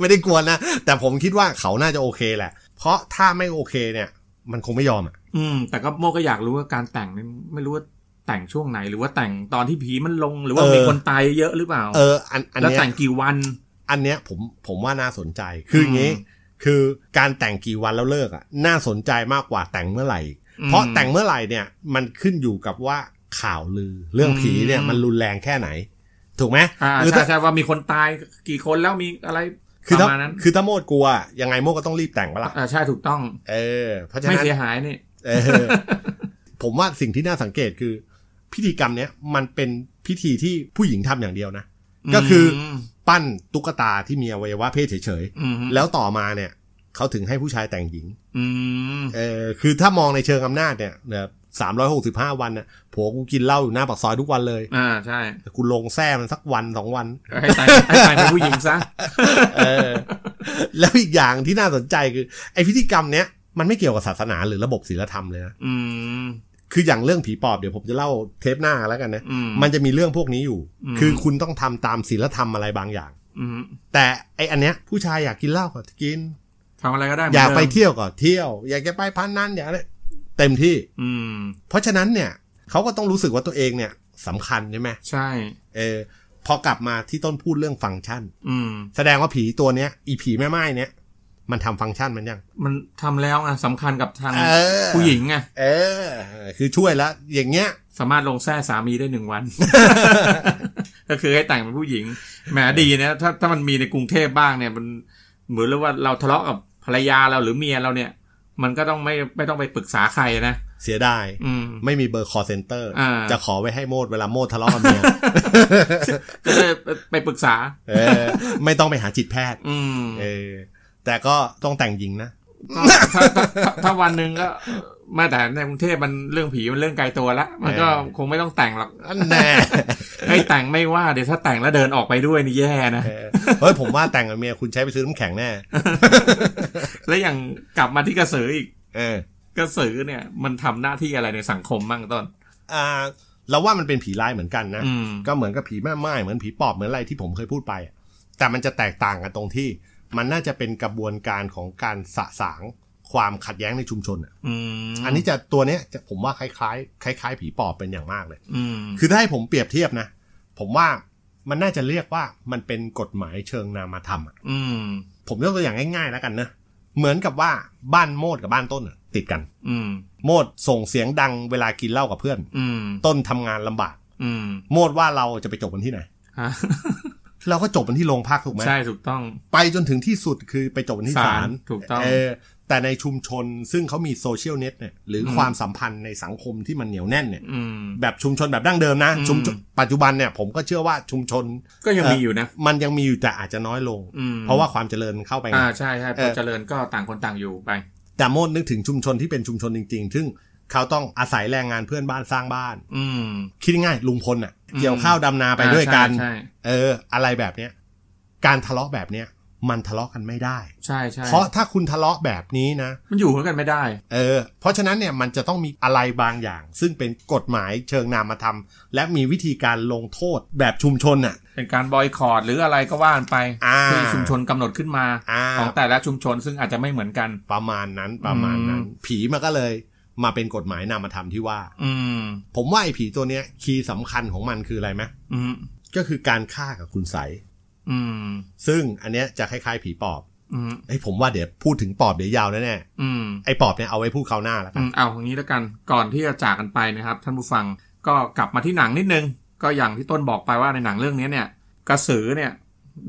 Speaker 1: ไม่ได้กวนนะ แต่ผมคิดว่าเขาน่าจะโอเคแหละ เพราะถ้าไม่โอเคเนี่ย มันคงไม่ยอมอะ
Speaker 2: อืม แต่ก็โมก็อยากรู้ว่าการแต่งนี่ไม่รู้ว่าแต่งช่วงไหน หรือว่าแต่งตอนที่ผีมันลงหรือว่ามีคนตายเยอะหรือเปล่า
Speaker 1: เอออันอัน
Speaker 2: แล้ว
Speaker 1: เนี้ย
Speaker 2: แต่งกี่วัน
Speaker 1: อันเนี้ยผมผมว่าน่าสนใจ คืออย่างนี้
Speaker 2: อืม
Speaker 1: คือการแต่งกี่วันแล้วเลิกอ่ะน่าสนใจมากกว่าแต่งเมื่อไหร่
Speaker 2: อืม
Speaker 1: เพราะแต่งเมื่อไหร่เนี่ย มันขึ้นอยู่กับว่าข่าวลือ เรื่องผีเนี่ย
Speaker 2: อืม
Speaker 1: มันรุนแรงแค่ไหน ถูกไหม
Speaker 2: อ่า
Speaker 1: หรือ
Speaker 2: ใช่
Speaker 1: ถ้า
Speaker 2: ใช่ว่ามีคนตายกี่คนแล้วมีอะไร
Speaker 1: คือ
Speaker 2: ป
Speaker 1: ถ้า
Speaker 2: ระมาณนั้น
Speaker 1: คือถ้าโมดกลัวอะยังไงโมดก็ต้องรีบแต่งปะล่ะ
Speaker 2: อ่าใช่ถูกต้อง
Speaker 1: เออเพราะฉะ
Speaker 2: ไม่
Speaker 1: นั้น
Speaker 2: เสียหายนี่
Speaker 1: เออ ผมว่าสิ่งที่น่าสังเกตคือ พิธีกรรมเนี้ยมันเป็นพิธีที่ผู้หญิงทำอย่างเดียวนะ ก็คือ ไป ปั้นตุ๊กตาที่มีอวัยวะเพศเฉย
Speaker 2: อืมฮึ
Speaker 1: ๆ แล้วต่อมาเนี่ยเขาถึงให้ผู้ชายแต่งหญิง
Speaker 2: อืม
Speaker 1: เออคือถ้ามองในเชิงอำนาจเนี่ยสามร้อยหกสิบห้าวันเนี่ยผัวกูกินเหล้าอยู่หน้าปากซอยทุกวันเลย
Speaker 2: อ่าใช่
Speaker 1: แต่กูลงแท้มันสักวันสองวัน
Speaker 2: ให้ตายให้ตายเป็นผู้หญิงซะ
Speaker 1: เออ แล้วอีกอย่างที่น่าสนใจคือไอพิธีกรรมเนี้ยมันไม่เกี่ยวกับศาสนาหรือระบบศีลธรรมเลยนะ
Speaker 2: อืม
Speaker 1: คืออย่างเรื่องผีปอบเดี๋ยวผมจะเล่าเทปหน้าแล้วกันนะ
Speaker 2: อืม
Speaker 1: มันจะมีเรื่องพวกนี้อยู่
Speaker 2: อืม
Speaker 1: คือคุณต้องทำตามศีลธรรมอะไรบางอย่าง
Speaker 2: อืม
Speaker 1: แต่ไออันเนี้ยผู้ชายอยากกินเหล้าก็กิน
Speaker 2: ทำอะไรก็ได้เหมื
Speaker 1: อนยากไป
Speaker 2: เดิม
Speaker 1: เที่ยวก็เที่ยว อยากจะไปพันนั้นอยากอะไรเต็มที่
Speaker 2: อืม
Speaker 1: เพราะฉะนั้นเนี่ยเขาก็ต้องรู้สึกว่าตัวเองเนี่ยสำคัญใช่ไหม
Speaker 2: ใช่
Speaker 1: เออพอกลับมาที่ต้นพูดเรื่องฟังก์ชัน
Speaker 2: อืม
Speaker 1: แสดงว่าผีตัวเนี้ยอีผีแม่ไม้เนี่ยมันทำฟังก์ชันมันยัง
Speaker 2: มันทำแล้วไงสำคัญกับทาง
Speaker 1: เออ
Speaker 2: ผู้หญิงไง
Speaker 1: เออ คือช่วยแล้ว อย่างเงี้ย
Speaker 2: สามารถลงแท้สามีได้หนึ่งวัน ก็คือให้แต่งเป็นผู้หญิงแหมดีนะถ้าถ้ามันมีในกรุงเทพบ้างเนี่ย มันเหมือนเรียกว่าเราทะเลาะกับภรรยาเราหรือเมียเราเนี่ย มันก็ต้องไม่ไม่ต้องไปปรึกษาใครนะ
Speaker 1: เสียดาย
Speaker 2: อืม
Speaker 1: ไม่มีเบอร์คอเซ็นเตอร์
Speaker 2: อ่า
Speaker 1: จะขอไว้ให้โมดเวลาโมดทะเลาะกับเมีย
Speaker 2: ก็ได้ไปปรึกษา
Speaker 1: เออ ไม่ต้องไปหาจิตแพทย์
Speaker 2: อืม
Speaker 1: เออ แต่ก็ต้องแต่งหญิงนะ
Speaker 2: ก็ถ้าถ้าถ้าถ้าวันหนึ่งก็ไมาแต่ในกรุงเทพมันเรื่องผีมันเรื่องไกลตัวละมันก็
Speaker 1: เออ
Speaker 2: คงไม่ต้องแต่งหรอก
Speaker 1: อันแน่
Speaker 2: ให้แต่งไม่ว่าเดี๋ยวถ้าแต่งแล้วเดินออกไปด้วยนี่แย่นะ
Speaker 1: เออเฮ้ยผมว่าแต่งกับเมียคุณใช้ไปซื้อน้ำแข็ งแน่
Speaker 2: แล้วอย่างกลับมาที่กระสืออีก
Speaker 1: เออ
Speaker 2: กระสือเนี่ย มันทำหน้าที่อะไรในสังคมบ้างต้น
Speaker 1: อ่า เราว่ามันเป็นผีร้ายเหมือนกันนะ
Speaker 2: อืม
Speaker 1: ก็เหมือนกับผีแม่ไม้เหมือนผีปอบเหมือนอะไรที่ผมเคยพูดไปอะแต่มันจะแตกต่างกันตรงที่ มันน่าจะเป็นกระบวนการของการสะสางความขัดแย้งในชุมชนอะ
Speaker 2: อืม
Speaker 1: อันนี้จะตัวเนี้ยจะผมว่าคล้ายๆคล้าย ๆ ผีปอบเป็นอย่างมากเลย
Speaker 2: อืม
Speaker 1: คือถ้าให้ผมเปรียบเทียบนะ ผมว่ามันน่าจะเรียกว่ามันเป็นกฎหมายเชิงนามธรรมอะ
Speaker 2: อืม
Speaker 1: ผมยกตัวอย่างง่ายๆแล้วกันนะเหมือนกับว่าบ้านโมดกับบ้านต้นอะติดกัน
Speaker 2: อืม
Speaker 1: โมดส่งเสียงดังเวลากินเหล้ากับเพื่อน
Speaker 2: อืม
Speaker 1: ต้นทำงานลำบาก
Speaker 2: อืม
Speaker 1: โมดว่าเราจะไปจบกันที่ไหน
Speaker 2: ฮะ
Speaker 1: เราก็จบกันที่โรงพักถูกไหม
Speaker 2: ใช่ถูกต้อง
Speaker 1: ไปจนถึงที่สุดคือไปจบกันที่ศาล
Speaker 2: ถูกต้อง
Speaker 1: เออแต่ในชุมชนซึ่งเขามีโซเชียลเน็ตเนี่ยหรืออ
Speaker 2: ม
Speaker 1: ความสัมพันธ์ในสังคมที่มันเหนียวแน่นเนี่ย
Speaker 2: อืม
Speaker 1: แบบชุมชนแบบดั้งเดิมนะ
Speaker 2: อืม
Speaker 1: ชุมชนปัจจุบันเนี่ยผมก็เชื่อว่าชุมชน
Speaker 2: ก็ยัง
Speaker 1: เอ่อ
Speaker 2: มีอยู่นะ
Speaker 1: มันยังมีอยู่แต่อาจจะน้อยลง
Speaker 2: อืม
Speaker 1: เพราะว่าความเจริญเข้าไปไง
Speaker 2: อ่าใช่ใช่พ
Speaker 1: เอ
Speaker 2: อ
Speaker 1: อ
Speaker 2: เจริญก็ต่างคนต่างอยู่ไป
Speaker 1: แต่โมดนึกถึงชุมชนที่เป็นชุมชนจริง ๆ ซึ่งเขาต้องอาศัยแรงงานเพื่อนบ้านสร้างบ้าน
Speaker 2: อืม
Speaker 1: คิดง่ายๆลุงพลอ่ะ
Speaker 2: อืม
Speaker 1: เกี่ยวข้าวดำนาไปด้วยกัน
Speaker 2: ใช่
Speaker 1: เออ อะไรแบบเนี้ยการทะเลาะแบบเนี้ยมันทะเลาะกันไม่ได้
Speaker 2: ใช่ใช่ใช่
Speaker 1: เพราะถ้าคุณทะเลาะแบบนี้นะ
Speaker 2: มันอยู่ด้วยกันไม่ได้
Speaker 1: เออเพราะฉะนั้นเนี่ยมันจะต้องมีอะไรบางอย่าง ซึ่งเป็นกฎหมายเชิงนามธรรมและมีวิธีการลงโทษแบบชุมชนอ่ะ
Speaker 2: เป็นการบอยคอรดหรืออะไรก็ว่ากันไป
Speaker 1: อ่า
Speaker 2: ที่ชุมชนกำหนดขึ้นมา
Speaker 1: อ่า
Speaker 2: ของแต่ละชุมชนซึ่งอาจจะไม่เหมือนกัน
Speaker 1: ประมาณนั้นประมาณนั้น ผีมันก็เลยมาเป็นกฎหมายนามธรรมที่ว่า
Speaker 2: อืม
Speaker 1: ผมว่าไอ้ผีตัวเนี้ยคีย์สำคัญของมันคืออะไรไหม
Speaker 2: อืม
Speaker 1: ก็คือการฆ่ากับคุณใสย
Speaker 2: อืม
Speaker 1: ซึ่งอันเนี้ยจะคล้ายๆผีปอบ
Speaker 2: อืม
Speaker 1: ไอ้ยผมว่าเดี๋ยวพูดถึงปอบเดี๋ยวยาวแน่
Speaker 2: อืม
Speaker 1: ๆไอ้ปอบเนี่ยเอาไว้พูดคราวหน้าแล้วกั
Speaker 2: อื
Speaker 1: น
Speaker 2: มเอาอย่างนี้แล้วกันก่อนที่จะจากกันไปนะครับ ท่านผู้ฟังก็กลับมาที่หนังนิดนึง ก็อย่างที่ต้นบอกไปว่าในหนังเรื่องนี้เนี่ย กระสือเนี่ย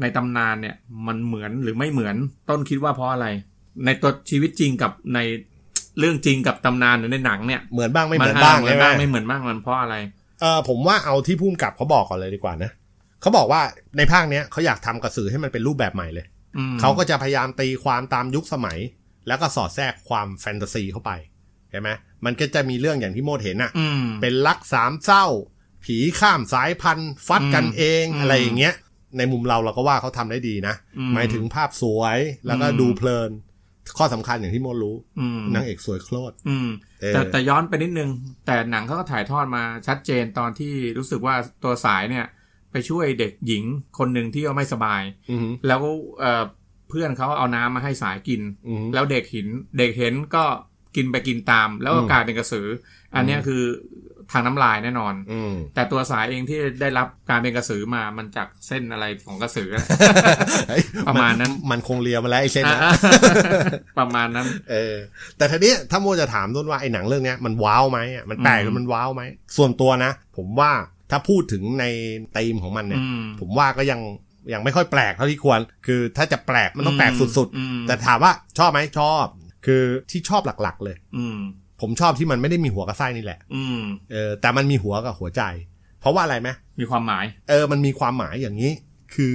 Speaker 2: ในตำนานเนี่ยมันเหมือนหรือไม่เหมือนต้นคิดว่าเพราะอะไร ในตัวชีวิตจริงกับในเรื่องจริงกับตำนานหรือในหนังเนี่ย
Speaker 1: เหมือนบ้างไม่เหมือนบ้าง
Speaker 2: เหมื
Speaker 1: ใช่
Speaker 2: อน
Speaker 1: ไหม
Speaker 2: บ้างไม่เหมือนบ้างมันเพราะอะไร
Speaker 1: เออผมว่าเอาที่พุ่มกับเขาบอกก่อนเลยดีกว่านะเขาบอกว่าในภาคเนี้ยเขาอยากทำกระสือให้มันเป็นรูปแบบใหม่เลย
Speaker 2: อืม
Speaker 1: เขาก็จะพยายามตีความตามยุคสมัย แล้วก็สอดแทรกความแฟนตาซีเข้าไปเห็นไหมมันก็จะมีเรื่องอย่างที่โมดเห็นน่ะ
Speaker 2: อืม
Speaker 1: เป็นรักสามเศร้า ผีข้ามสายพันธุ์ ฟัดกัน
Speaker 2: อืม
Speaker 1: เอง
Speaker 2: อืม
Speaker 1: อะไรอย่างเงี้ย ในมุมเราเราก็ว่าเขาทำได้ดีนะ
Speaker 2: อืม
Speaker 1: หมายถึงภาพสวยแล้วก็
Speaker 2: อืม
Speaker 1: ดูเพลิน ข้อสำคัญอย่างที่โมรู้
Speaker 2: อืม
Speaker 1: นางเอกสวยโคตร
Speaker 2: อืม
Speaker 1: เออ
Speaker 2: แต่แต่ย้อนไปนิดนึง แต่หนังเขาก็ถ่ายทอดมาชัดเจนตอนที่รู้สึกว่าตัวสายเนี่ย ไปช่วยเด็กหญิงคนหนึ่งที่ว่าไม่สบาย
Speaker 1: อือหือ
Speaker 2: แล้วเอ่อเพื่อนเขาเอาน้ำมาให้สายกิน
Speaker 1: อือหือ
Speaker 2: แล้วเด็กเห็นเด็กเห็นก็กินไปกินตาม แล้วก็
Speaker 1: อืม
Speaker 2: กลายเป็นกระสือ อันเนี้ยคือทางน้ำลายแน่นอน
Speaker 1: อืม
Speaker 2: แต่ตัวสายเองที่ได้รับการเป็นกระสือมามันจากเส้นอะไรของกระสือ
Speaker 1: เฮ้ย
Speaker 2: ประมาณนั้น
Speaker 1: มันคงเลียมาแล้วไอ้เส้นนะ
Speaker 2: อ่ะ ประมาณนั้น
Speaker 1: เออ แต่ทีเนี้ยถ้าโมจะถามต้นว่าไอ้หนังเรื่องเนี้ยมันว้าวไหมอ่ะมันแปลกหรือมันว้าวไหมส่วนตัวนะ ผมว่าถ้าพูดถึงในธีมของมันเนี่ย
Speaker 2: อืม
Speaker 1: ผมว่าก็ยังยังไม่ค่อยแปลกเท่าที่ควร คือถ้าจะแปลกมันต้องแปลกสุด
Speaker 2: อืม
Speaker 1: ๆ แต่ถามว่าชอบไหมชอบ คือที่ชอบหลักๆเลย
Speaker 2: อืม
Speaker 1: ผมชอบที่มันไม่ได้มีหัวกับไส้นี่แหละ
Speaker 2: อืม
Speaker 1: เออแต่มันมีหัวกับหัวใจ เพราะว่าอะไรไหม
Speaker 2: มีความหมาย
Speaker 1: เออมันมีความหมายอย่างนี้ คือ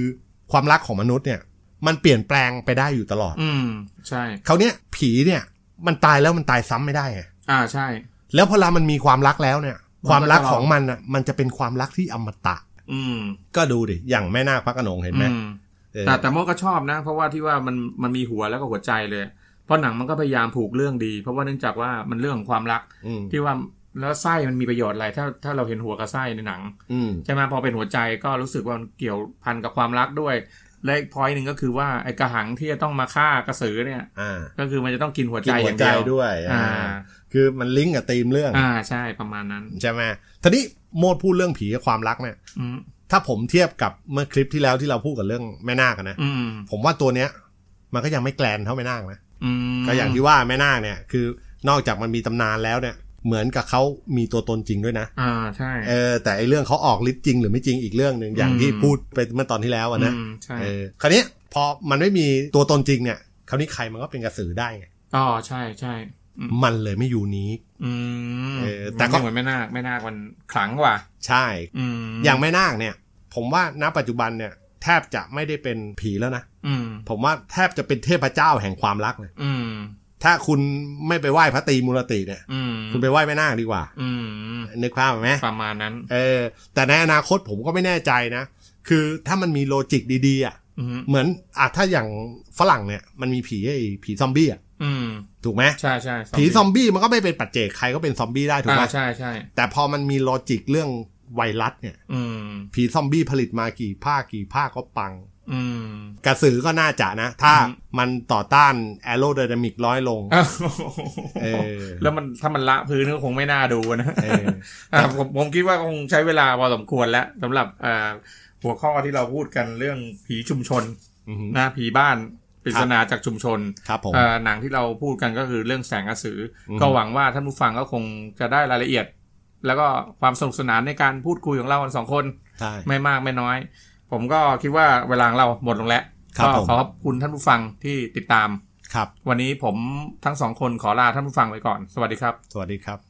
Speaker 1: ความรักของมนุษย์เนี่ย มันเปลี่ยนแปลงไปได้อยู่ตลอด
Speaker 2: อืม ใช่
Speaker 1: เขาวเนี้ยผีเนี่ยมันตายแล้วมันตายซ้ำไม่ได้ไง
Speaker 2: อ่าใช่
Speaker 1: แล้วพอเรามันมีความรักแล้วเนี่ย
Speaker 2: มันก็
Speaker 1: ความรักของมันอ่ะมันจะเป็นความรักที่อมตะ
Speaker 2: อืม
Speaker 1: ก็ดูดิอย่างแม่นาคพระโขนงเห็นไหม
Speaker 2: อืม
Speaker 1: เออ
Speaker 2: แต่แต่โมก็ชอบนะ เพราะว่าที่ว่ามันมันมีหัวแล้วก็หัวใจเลย เพราะหนังมันก็พยายามผูกเรื่องดี เพราะว่าเนื่องจากว่ามันเรื่องของความรัก
Speaker 1: อืม
Speaker 2: ที่ว่าแล้วไส้มันมีประโยชน์อะไรถ้าถ้าเราเห็นหัวกับไส้ในหนัง
Speaker 1: อืม
Speaker 2: ใช่ไหมพอเป็นหัวใจก็รู้สึกว่ามันเกี่ยวพันกับความรักด้วย และอีกพอยหนึ่งก็คือว่าไอ้กระหังที่จะต้องมาฆ่ากระสือเนี่ย
Speaker 1: อ่า
Speaker 2: ก็คือมันจะต้องกินหัว
Speaker 1: กิ
Speaker 2: ใจ
Speaker 1: น
Speaker 2: อ
Speaker 1: หัว
Speaker 2: ย่าง
Speaker 1: ใจ
Speaker 2: เดียว
Speaker 1: ด้วย
Speaker 2: อ่า
Speaker 1: อ่าคือมันลิงก์กับธีมเรื่อง
Speaker 2: อ่าใช่ประมาณนั้น
Speaker 1: ใช่ไหมทีนี้โมดพูดเรื่องผีกับความรักเนี่ย
Speaker 2: อืม
Speaker 1: ถ้าผมเทียบกับเมื่อคลิปที่แล้วที่เราพูดกับเรื่องแม่นาคอะนะ
Speaker 2: อืม
Speaker 1: ผมว่าตัวเนี้ย มันก็ยังไม่แกลนเท่าแม่นาคนะ
Speaker 2: อืม
Speaker 1: ก็อย่างที่ว่าแม่นาคเนี่ย คือนอกจากมันมีตำนานแล้วเนี่ย เหมือนกับเขามีตัวตนจริงด้วยนะ
Speaker 2: อ่าใช่
Speaker 1: เออแต่ไอเรื่องเขาออกฤทธิ์จริงหรือไม่จริงอีกเรื่องหนึ่งอย่างที่พูดไปเมื่อตอนที่แล้วอะนะ
Speaker 2: อืมใช่
Speaker 1: เออคราวนี้พอมันไม่มีตัวตนจริงเนี่ยคราวนี้ใครมันก็เป็นกระสือได้ไง
Speaker 2: อ๋อใช่ใช่ อืม
Speaker 1: มันเลยไม่ยูนิค
Speaker 2: อืม
Speaker 1: เออแต่
Speaker 2: แต่
Speaker 1: ก็
Speaker 2: ก็เหมือนแม่นาคแม่นาคมันขลังกว่า
Speaker 1: ใช่
Speaker 2: อืม
Speaker 1: อย่างแม่นาคเนี่ย ผมว่าณปัจจุบันเนี่ย แทบจะไม่ได้เป็นผีแล้วนะ
Speaker 2: อืม
Speaker 1: ผมว่าแทบจะเป็นเทพเจ้าแห่งความรักเลย
Speaker 2: อืม
Speaker 1: ถ้าคุณไม่ไปไหว้พระตรีมูรติเนี่ย
Speaker 2: อืม
Speaker 1: คุณไปไหว้แม่นาคดีกว่า
Speaker 2: อืม
Speaker 1: นึกภาพออกไหม
Speaker 2: ประมาณนั้น
Speaker 1: เออ แต่ในอนาคตผมก็ไม่แน่ใจนะ คือถ้ามันมีโลจิกดีๆอ่ะ
Speaker 2: อืม
Speaker 1: เหมือนอ่ะถ้าอย่างฝรั่งเนี่ย มันมีผีไอ้ผีซอมบี้อ่ะ
Speaker 2: อืม
Speaker 1: ถูกไหม
Speaker 2: ใช่ใช่
Speaker 1: ผีซอมบี้มันก็ไม่เป็นปัจเจกใครก็เป็นซอมบี้ได้ถูกไหม
Speaker 2: อ่าใช่ใช่
Speaker 1: แต่พอมันมีโลจิกเรื่องไวรัสเนี่ย
Speaker 2: อืม
Speaker 1: ผีซอมบี้ผลิตมากี่ภาคกี่ภาคก็ปัง
Speaker 2: อืม
Speaker 1: กระสือก็น่าจะนะ ถ้า
Speaker 2: อืม
Speaker 1: มันต่อต้านแอโรไดนามิกน้อยลง
Speaker 2: อ้าว
Speaker 1: เออ
Speaker 2: แล้วมันถ้ามันละพื้นก็คงไม่น่าดูนะ
Speaker 1: เออ
Speaker 2: อ่าผมผมคิดว่าคงใช้เวลาพอสมควรแล้วสำหรับอ่าหัวข้อที่เราพูดกันเรื่องผีชุมชน
Speaker 1: อือหือ
Speaker 2: นะผีบ้านปริศนาจากชุมชน
Speaker 1: ครับผม
Speaker 2: เอ่อหนังที่เราพูดกันก็คือเรื่องแสงกระสืออ
Speaker 1: ม
Speaker 2: ก็หวังว่าท่านผู้ฟังก็คงจะได้รายละเอียด แล้วก็ความสนุกสนานในการพูดคุยของเรากันสองคน
Speaker 1: ใช่
Speaker 2: ไม่มากไม่น้อย ผมก็คิดว่าเวลาของเราหมดลงแล้ว
Speaker 1: ครับ
Speaker 2: ก็
Speaker 1: ผม
Speaker 2: ขอขอบคุณท่านผู้ฟังที่ติดตาม
Speaker 1: ครับ
Speaker 2: วันนี้ผมทั้งสองคนขอลาท่านผู้ฟังไปก่อน สวัสดีครับ
Speaker 1: สวัสดีครับ